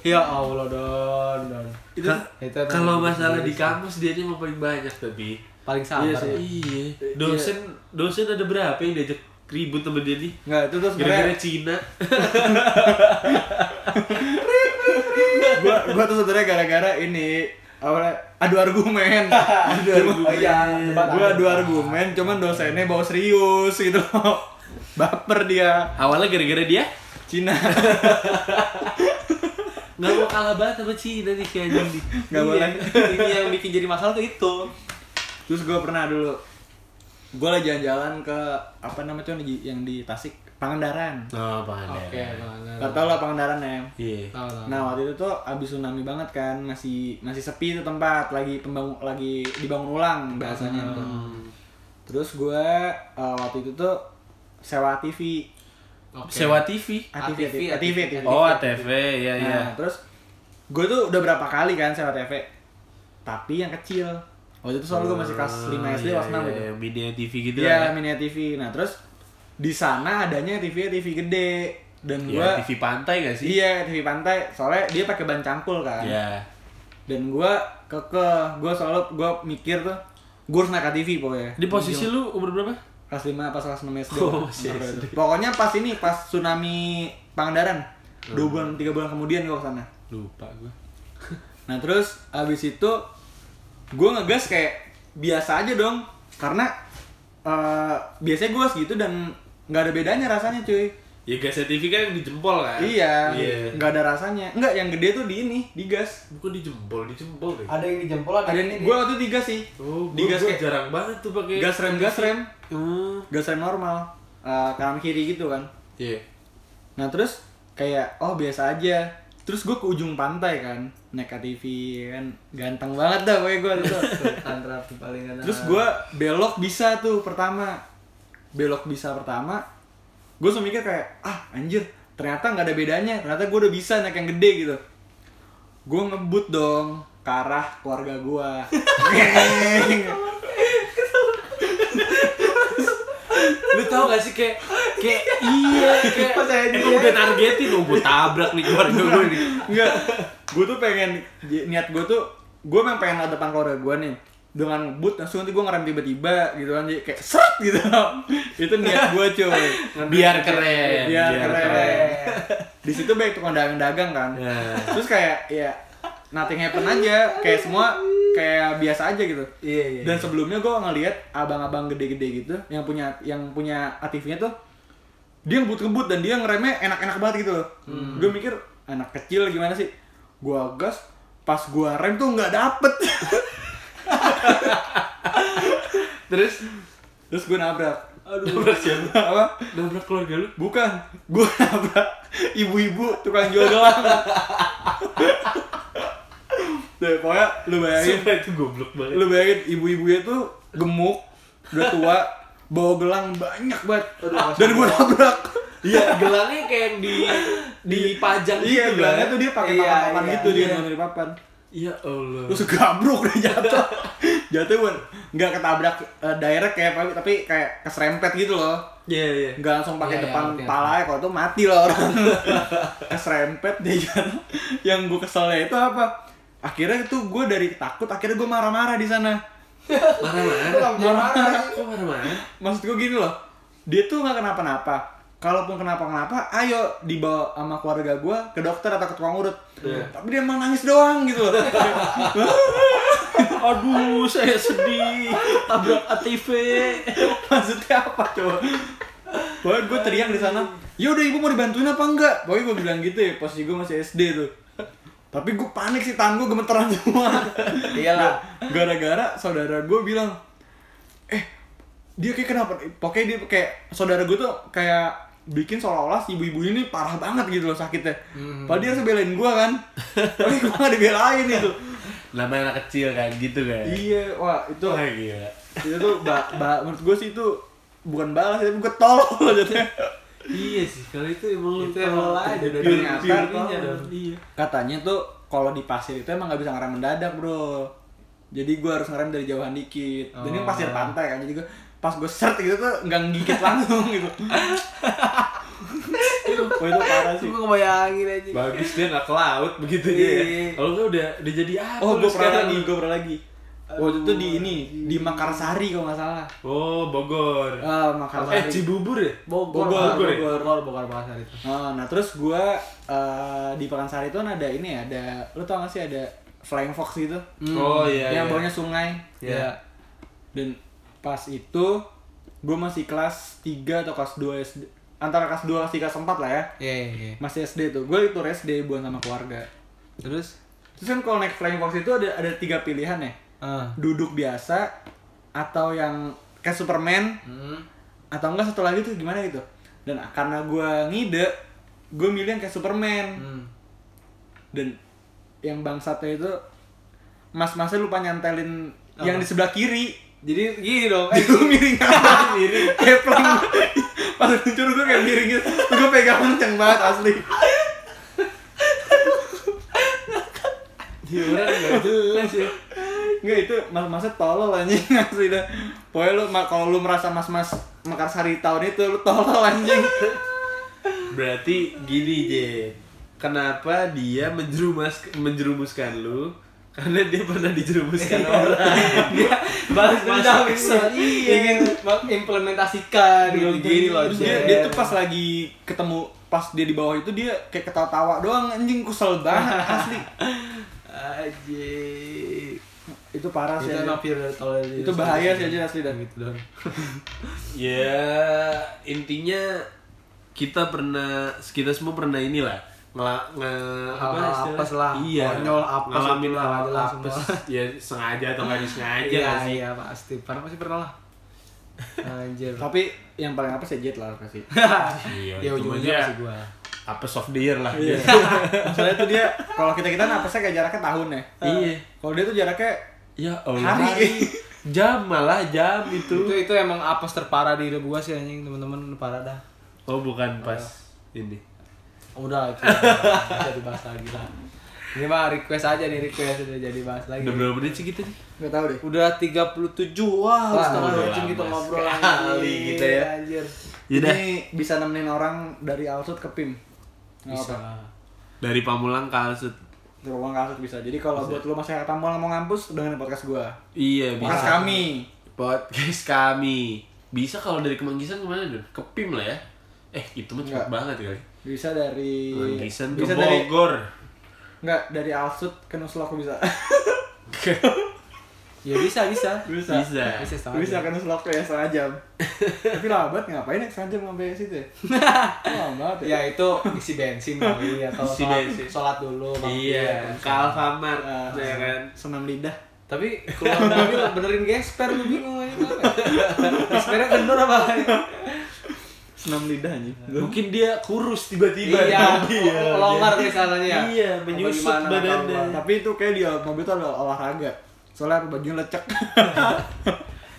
Speaker 1: Ya Allah, Don. Don.
Speaker 2: itu
Speaker 3: Ka-
Speaker 1: itu emang
Speaker 3: kalau
Speaker 1: lebih
Speaker 3: masalah di
Speaker 1: sih.
Speaker 3: kampus dia ini mau paling banyak tapi
Speaker 1: Paling sabar.
Speaker 2: Iya
Speaker 1: ya.
Speaker 2: sih.
Speaker 3: iya dosen dosen ada berapa yang diajak ribut sama dia nih
Speaker 2: nggak itu tuh [LAUGHS]
Speaker 3: gara-gara
Speaker 2: sebenarnya
Speaker 3: Cina
Speaker 2: gue gue tuh sebenarnya gara-gara ini awalnya adu [LAUGHS] argumen adu
Speaker 1: Oh iya, debat
Speaker 2: gue adu argumen cuman dosennya bawa serius gitu [LAUGHS] loh. baper dia
Speaker 3: awalnya gara-gara dia
Speaker 2: Cina [LAUGHS]
Speaker 3: nggak mau kalah banget sama Cina nih si anjing nih
Speaker 2: nggak boleh
Speaker 1: Ini yang bikin jadi masalah tuh itu.
Speaker 2: terus gue pernah dulu gue lagi jalan-jalan ke apa namanya tuh yang di- yang di Tasik Pangandaran
Speaker 3: oh pangan
Speaker 1: Oke, banget.
Speaker 2: Gak tau lah Pangandaran ya
Speaker 3: iya
Speaker 1: Tahu, tahu.
Speaker 2: Nah waktu itu tuh abis tsunami banget kan masih masih sepi tuh tempat lagi pembangun lagi dibangun ulang bahasanya. tuh.
Speaker 1: Hmm.
Speaker 3: Ah.
Speaker 2: Terus gue eh, waktu itu tuh sewa TV,
Speaker 1: Oke.
Speaker 3: sewa TV
Speaker 1: ATV,
Speaker 2: ATV, ATV, ATV.
Speaker 3: oh ATV ya ya
Speaker 2: Nah, terus gue tuh udah berapa kali kan sewa TV, tapi yang kecil. Waktu itu soalnya gue masih kelas 5 SD,
Speaker 3: Iya,
Speaker 2: kelas
Speaker 3: iya,
Speaker 2: 6 gitu.
Speaker 3: yang mini TV gitu
Speaker 2: Iya
Speaker 3: kan.
Speaker 2: mini TV. Nah terus di sana adanya TV TV gede dan
Speaker 3: Iya,
Speaker 2: gue
Speaker 3: TV pantai gak sih
Speaker 2: iya TV pantai soalnya dia pakai ban cangkul kan.
Speaker 3: Iya.
Speaker 2: dan gue keke gue selalu gue mikir tuh gue harus naik TV pokoknya
Speaker 3: di posisi lu umur berapa
Speaker 2: kelas 5 pas kelas 6 SD
Speaker 3: Oh, masih
Speaker 2: Nah,
Speaker 3: SD.
Speaker 2: pokoknya pas ini pas tsunami Pangandaran dua
Speaker 3: Hmm.
Speaker 2: bulan tiga bulan kemudian gue kesana
Speaker 3: lupa gue
Speaker 2: nah terus abis itu gue ngegas kayak biasa aja dong karena eh, biasanya gue segitu dan nggak ada bedanya rasanya cuy
Speaker 3: ya gas TV kan yang di jempol kan
Speaker 2: iya
Speaker 3: iya
Speaker 2: nggak ada rasanya nggak yang gede tuh di ini di gas
Speaker 3: bukan di jempol di jempol deh
Speaker 1: Ada yang di jempol, ada,
Speaker 2: ada
Speaker 1: yang di
Speaker 2: gue waktu itu di gas sih
Speaker 3: Oh,
Speaker 2: di
Speaker 3: gua,
Speaker 2: gas
Speaker 3: gua
Speaker 2: kayak
Speaker 3: jarang banget tuh pakai
Speaker 2: gas rem gas rem
Speaker 3: Hmm.
Speaker 2: gas rem normal eh, kanan kiri gitu kan
Speaker 3: Iya.
Speaker 2: nah terus kayak oh biasa aja terus gue ke ujung pantai kan naik ATV kan ganteng banget dah pokoknya gue
Speaker 1: [LAUGHS]
Speaker 2: tuh
Speaker 1: Tantra paling enak.
Speaker 2: terus gue belok bisa tuh pertama belok bisa pertama gue langsung mikir kayak ah anjir ternyata nggak ada bedanya ternyata gue udah bisa naik yang gede gitu gue ngebut dong ke arah keluarga gue
Speaker 3: Lu tau gak sih kayak [LAUGHS] kayak iya kayak
Speaker 1: Pas saya
Speaker 3: emang udah targetin oh gue tabrak nih keluarga gue nih.
Speaker 2: Enggak, gue tuh pengen niat gue tuh gue memang pengen ada depan keluarga gue nih dengan ngebut langsung nanti gue ngerem tiba-tiba gitu kan jadi kayak seret gitu [LAUGHS] itu niat gue cuy
Speaker 3: Biar keren.
Speaker 2: biar, keren, di situ banyak tukang dagang-dagang kan
Speaker 3: Ya.
Speaker 2: terus kayak ya nothing happen aja kayak semua kayak biasa aja gitu
Speaker 1: Iya, iya.
Speaker 2: dan sebelumnya gue ngelihat abang-abang gede-gede gitu yang punya yang punya aktifnya tuh dia ngebut-ngebut dan dia ngeremnya enak-enak banget gitu loh.
Speaker 1: Hmm.
Speaker 2: Gue mikir anak kecil gimana sih? Gua gas, pas gua rem tuh nggak
Speaker 1: [LAUGHS]
Speaker 2: dapet.
Speaker 3: Terus
Speaker 2: Terus gue nabrak. [LAUGHS]
Speaker 3: nabrak siapa?
Speaker 2: Apa?
Speaker 3: Nabrak keluarga lu.
Speaker 2: Bukan, gue nabrak ibu-ibu tukang jual gelang. Tuh, pokoknya lu bayangin,
Speaker 3: Sumpah itu goblok banget.
Speaker 2: lu bayangin ibu-ibunya tuh gemuk, udah tua, bawa gelang banyak banget. Dan gue nabrak.
Speaker 3: Iya, gelangnya kayak yang di dipajang
Speaker 2: Iya,
Speaker 3: gitu
Speaker 2: gelangnya
Speaker 3: kan?
Speaker 2: tuh dia pakai
Speaker 1: Iya,
Speaker 2: papan-papan
Speaker 1: iya,
Speaker 2: gitu, dia
Speaker 1: iya.
Speaker 2: ngambil papan.
Speaker 3: Ya Allah.
Speaker 2: terus gabruk dia
Speaker 1: [LAUGHS]
Speaker 2: jatuh jatuh pun nggak ketabrak eh, direct kayak tapi, tapi kayak keserempet gitu loh
Speaker 3: Iya, iya.
Speaker 2: nggak langsung pakai
Speaker 1: Iya, iya,
Speaker 2: depan
Speaker 1: ngerti, ngerti.
Speaker 2: palanya kalau tuh mati loh orang [LAUGHS] keserempet dia jatuh yang gue keselnya itu apa akhirnya itu gue dari takut akhirnya gue marah-marah di sana
Speaker 3: Marah-marah. kan?
Speaker 1: marah.
Speaker 3: Kok marah-marah?
Speaker 2: maksud gue gini loh dia tuh nggak kenapa-napa kalaupun kenapa-kenapa ayo dibawa sama keluarga gue ke dokter atau ke tukang urut
Speaker 1: Iya.
Speaker 2: tapi dia emang nangis doang gitu loh
Speaker 3: Aduh, saya sedih. Tabrak ATV.
Speaker 2: [LAUGHS] Maksudnya apa coba? Pokoknya gue teriak di sana, ya udah ibu mau dibantuin apa enggak? Pokoknya gue bilang gitu ya, posisi gue masih SD tuh. [LAUGHS] Tapi gue panik sih, tangan gue gemeteran [LAUGHS] semua.
Speaker 1: Iyalah.
Speaker 2: Gara-gara saudara gue bilang, eh dia kayak kenapa pokoknya dia kayak saudara gue tuh kayak bikin seolah-olah si ibu-ibu ini parah banget gitu loh sakitnya padahal dia harus belain gue [LAUGHS] kan tapi gue gak dibelain itu
Speaker 3: Namanya anak kecil kan gitu kan.
Speaker 2: iya wah itu
Speaker 3: Wah gila.
Speaker 2: itu tuh ba, ba- menurut gue sih itu bukan balas tapi gue tolol jadinya
Speaker 3: Iya sih, kalau itu emang
Speaker 1: Itu emang
Speaker 3: tolol aja
Speaker 1: udah
Speaker 3: Oh, pure-
Speaker 2: ternyata
Speaker 3: pure-nya
Speaker 1: tolol.
Speaker 3: dong. Iya.
Speaker 2: katanya tuh kalau di pasir itu emang nggak bisa ngerem mendadak bro jadi gue harus ngerem dari jauhan dikit dan ini
Speaker 1: Oh.
Speaker 2: pasir pantai kan jadi gue pas gue seret gitu tuh nggak ngigit langsung
Speaker 3: [LAUGHS]
Speaker 2: gitu Wah itu parah sih
Speaker 1: Gue ngebayangin aja.
Speaker 3: Bagus dia nggak ke laut begitu
Speaker 1: Iya.
Speaker 3: dia. ya. Kalau nggak udah udah jadi apa?
Speaker 2: oh
Speaker 3: lu
Speaker 2: gue pernah
Speaker 3: sekarang?
Speaker 2: lagi gue pernah lagi waktu itu di ini di Makarsari kalau nggak salah
Speaker 3: Oh Bogor. eh
Speaker 2: Ah, Makarsari
Speaker 3: Cibubur ya?
Speaker 1: Bogor,
Speaker 2: Bogor,
Speaker 1: Bogor,
Speaker 2: Bogor.
Speaker 1: Bogor, Bogor pasar itu.
Speaker 2: Ah, nah terus gue di Pekansari itu ada ini ya, ada lu tau gak sih ada flying fox gitu
Speaker 3: Oh iya. iya.
Speaker 2: yang bawahnya sungai
Speaker 3: Iya.
Speaker 2: dan pas itu gue masih kelas 3 atau kelas 2 SD antara kelas 2 kelas 3 kelas 4 lah ya
Speaker 1: Iya, iya, iya.
Speaker 2: masih SD tuh gue itu SD buat sama keluarga
Speaker 1: Terus?
Speaker 2: terus kan kalau naik flying fox itu ada ada tiga pilihan ya
Speaker 1: Ah.
Speaker 2: duduk biasa atau yang kayak Superman
Speaker 1: Hmm.
Speaker 2: atau enggak satu lagi tuh gimana gitu dan karena gue ngide gue milih yang kayak Superman
Speaker 1: Hmm.
Speaker 2: dan yang bangsatnya itu mas-masnya lupa nyantelin
Speaker 1: Apa?
Speaker 2: yang di
Speaker 1: [LAUGHS]
Speaker 2: sebelah kiri
Speaker 1: Jadi gini dong.
Speaker 2: Eh, gue miring [LAUGHS] kanan miring kayak pelang pas luncur gue kayak miring gitu gue pegang kenceng banget asli
Speaker 1: Iya, orang nggak jelas ya.
Speaker 2: nggak itu mas masnya tolol anjing [LAUGHS] asli dah pokoknya lu ma- kalau lu merasa mas mas mekarsari tahun itu lu tolol
Speaker 1: [LAUGHS]
Speaker 2: anjing
Speaker 3: Berarti gini Jen Kenapa dia menjerumus menjerumuskan lu? Karena dia pernah dijerumuskan orang.
Speaker 1: Dia [LAUGHS] balas
Speaker 3: Masuk
Speaker 1: dendam
Speaker 3: kesel.
Speaker 1: iya. ingin mengimplementasikan gitu gini loh.
Speaker 2: Terus dia,
Speaker 1: Jen.
Speaker 2: dia tuh pas lagi ketemu pas dia di bawah itu dia kayak ketawa-tawa doang anjing kusel banget
Speaker 1: [LAUGHS]
Speaker 2: asli
Speaker 1: Ajik.
Speaker 2: itu parah sih
Speaker 1: Itu
Speaker 2: anjing.
Speaker 1: emang pure dari tolol dari
Speaker 2: itu bahaya sih
Speaker 1: sendiri.
Speaker 2: aja asli dah
Speaker 1: Gitu dong.
Speaker 3: [LAUGHS] ya intinya kita pernah kita semua pernah inilah ngela, nge,
Speaker 1: Hal-hal
Speaker 3: istilahnya?
Speaker 1: apes lah.
Speaker 3: iya
Speaker 1: Konyol apes
Speaker 3: ngalamin
Speaker 1: itu lah,
Speaker 3: hal
Speaker 1: jelas
Speaker 3: apes
Speaker 1: semua.
Speaker 3: ya sengaja atau nggak disengaja
Speaker 1: Iya,
Speaker 3: nggak sih
Speaker 1: iya pasti. Pernah pasti pernah lah. Anjir.
Speaker 2: tapi yang paling apa sih jet lah
Speaker 1: [LAUGHS]
Speaker 2: pasti
Speaker 3: iya
Speaker 1: Ya
Speaker 3: cuma
Speaker 1: ujung-ujungnya
Speaker 3: dia
Speaker 1: pasti gua.
Speaker 3: apes of the year lah
Speaker 2: Iya.
Speaker 3: dia.
Speaker 2: [LAUGHS] Soalnya tuh dia kalau kita kita
Speaker 1: kan
Speaker 2: napasnya kayak jaraknya tahun ya.
Speaker 3: Iya.
Speaker 2: Kalau dia tuh jaraknya
Speaker 3: ya Allah
Speaker 2: hari.
Speaker 3: jam malah jam itu
Speaker 1: Itu itu emang apes terparah di hidup gua sih anjing teman-teman parah dah.
Speaker 3: oh bukan pas ini
Speaker 1: Udah itu bisa dibahas lagi lah. Ini mah request aja nih request udah jadi bahas lagi.
Speaker 3: udah berapa menit sih kita nih
Speaker 2: Gak tau deh.
Speaker 1: Udah 37. Wah, harus
Speaker 2: Wah,
Speaker 1: setengah
Speaker 3: udah
Speaker 1: jam kita
Speaker 3: lama
Speaker 1: ngobrol
Speaker 3: sekali
Speaker 1: lagi.
Speaker 3: kita ya.
Speaker 1: Anjir.
Speaker 3: Yaudah.
Speaker 2: gitu Ini bisa nemenin orang dari Alsut ke PIM. Nggak
Speaker 1: Bisa.
Speaker 2: apa.
Speaker 3: dari Pamulang ke Alsut
Speaker 2: Dari ruang ke Alsut bisa. Jadi kalau buat lu masih Tambol mau ngampus dengan podcast gua.
Speaker 3: iya bisa
Speaker 2: Podcast kami.
Speaker 3: podcast kami bisa kalau dari Kemanggisan kemana dong ke PIM lah ya eh itu mah cepet
Speaker 2: Nggak.
Speaker 3: banget kali
Speaker 2: Bisa dari
Speaker 3: Kemanggisan ke
Speaker 2: bisa dari
Speaker 3: Bogor
Speaker 2: enggak dari Alsut ke Nuslok bisa.
Speaker 1: [LAUGHS] Ya bisa, bisa.
Speaker 2: [LAUGHS] Bisa.
Speaker 3: bisa
Speaker 1: Bisa setengah
Speaker 2: bisa
Speaker 1: jam.
Speaker 2: ke Nuslok ya setengah
Speaker 1: [LAUGHS]
Speaker 2: jam. Tapi lah abad ngapain ya setengah jam sampai situ ya? Lama banget ya.
Speaker 1: Ya itu isi bensin
Speaker 3: [LAUGHS]
Speaker 1: kali atau
Speaker 3: Isi
Speaker 1: sholat,
Speaker 3: bensin.
Speaker 1: sholat dulu mampir,
Speaker 3: iya
Speaker 1: terus-
Speaker 3: ke Alfamart
Speaker 2: Ah,
Speaker 3: ya kan
Speaker 2: Senam lidah.
Speaker 1: Tapi
Speaker 3: [LAUGHS]
Speaker 1: keluar mobil benerin gesper lu bingung aja. Gespernya kendor apa?
Speaker 2: Senam lidah anjing.
Speaker 3: mungkin dia kurus tiba-tiba [LAUGHS]
Speaker 1: Iya,
Speaker 3: nanti ya.
Speaker 1: longgar nih salahnya.
Speaker 3: Iya,
Speaker 1: Apa
Speaker 3: menyusut
Speaker 1: gimana, nggak tahu
Speaker 3: badannya.
Speaker 1: gua.
Speaker 2: Tapi itu kayak dia mobil tuh ada olahraga. Soalnya apa bajunya
Speaker 1: [LAUGHS]
Speaker 2: lecek.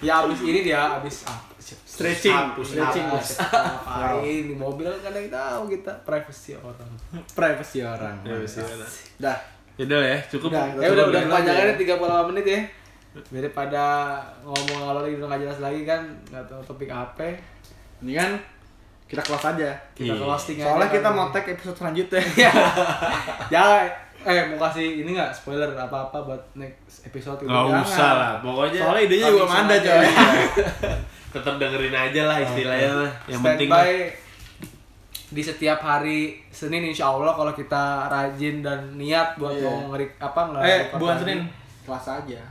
Speaker 1: Ya abis ini dia abis ah,
Speaker 2: Stretching,
Speaker 1: hapus,
Speaker 2: stretching.
Speaker 1: hapus, [LAUGHS] ngapain di mobil kan kadang tahu kita privacy orang. Eh,
Speaker 2: Privacy orang.
Speaker 3: Ya, bisa.
Speaker 2: Dah.
Speaker 3: Yaudah lah ya, cukup.
Speaker 2: Udah,
Speaker 1: Eh udah udah
Speaker 2: Lanjut
Speaker 1: kepanjangannya
Speaker 2: aja.
Speaker 1: 38 menit ya. Daripada ngomong ngalor gitu nggak jelas lagi kan, nggak tahu topik apa.
Speaker 2: Ini kan kita kelas aja.
Speaker 1: Kita
Speaker 3: Iya.
Speaker 1: closing aja. kan.
Speaker 2: Soalnya
Speaker 1: kali
Speaker 2: kita
Speaker 1: ini.
Speaker 2: mau tag episode selanjutnya.
Speaker 1: [LAUGHS] Ya. Jangan eh mau kasih ini nggak spoiler apa-apa buat next episode gitu. Jangan.
Speaker 3: Nggak usah lah, pokoknya
Speaker 2: kan. Soalnya idenya juga
Speaker 1: langsung
Speaker 2: manda
Speaker 1: aja.
Speaker 2: coy.
Speaker 3: tetap dengerin aja lah istilahnya lah. Yang
Speaker 1: Standby
Speaker 3: penting lah.
Speaker 1: di setiap hari Senin insya Allah kalau kita rajin dan niat buat
Speaker 2: Iya.
Speaker 1: mau ngerik apa nggak
Speaker 2: eh,
Speaker 1: record
Speaker 2: bukan
Speaker 1: lagi.
Speaker 2: Senin. Kelas aja.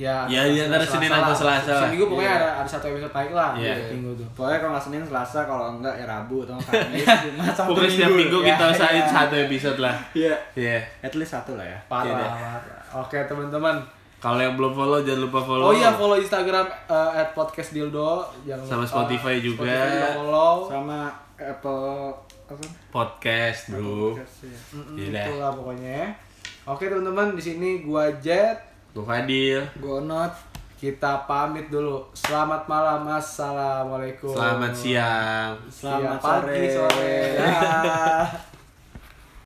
Speaker 1: ya antara
Speaker 3: Ya, iya, antara Senin atau
Speaker 1: lah.
Speaker 3: Selasa lah.
Speaker 1: seminggu pokoknya
Speaker 2: Iya.
Speaker 1: ada ada satu episode naik lah
Speaker 3: Iya.
Speaker 1: tiap minggu tuh Iya.
Speaker 2: Pokoknya kalau nggak Senin, Selasa, kalau enggak ya Rabu atau nggak Kamis. Jumat, Sabtu,
Speaker 3: Pokoknya setiap minggu
Speaker 2: Ya,
Speaker 3: kita usahain
Speaker 2: ya.
Speaker 3: satu episode lah.
Speaker 2: Iya.
Speaker 3: Iya.
Speaker 2: At least satu lah ya.
Speaker 1: parah,
Speaker 3: Iya deh.
Speaker 1: parah. oke teman-teman
Speaker 3: Kalau yang belum follow jangan lupa follow.
Speaker 1: Oh iya follow Instagram eh, at podcast dildo jangan
Speaker 3: Sama
Speaker 1: lupa.
Speaker 3: Spotify juga.
Speaker 1: Spotify juga follow.
Speaker 2: sama Apple apa?
Speaker 3: podcast, Bro.
Speaker 1: Mm,
Speaker 3: Gila.
Speaker 1: itulah pokoknya. Oke teman-teman di sini gua Jet
Speaker 3: Gue Fadil.
Speaker 2: Gonot.
Speaker 1: kita pamit dulu. Selamat malam. Assalamualaikum.
Speaker 2: Oh.
Speaker 3: Selamat siang.
Speaker 1: Selamat
Speaker 2: Selamat
Speaker 1: pagi,
Speaker 2: sore.
Speaker 1: sore. Ya.
Speaker 2: [LAUGHS]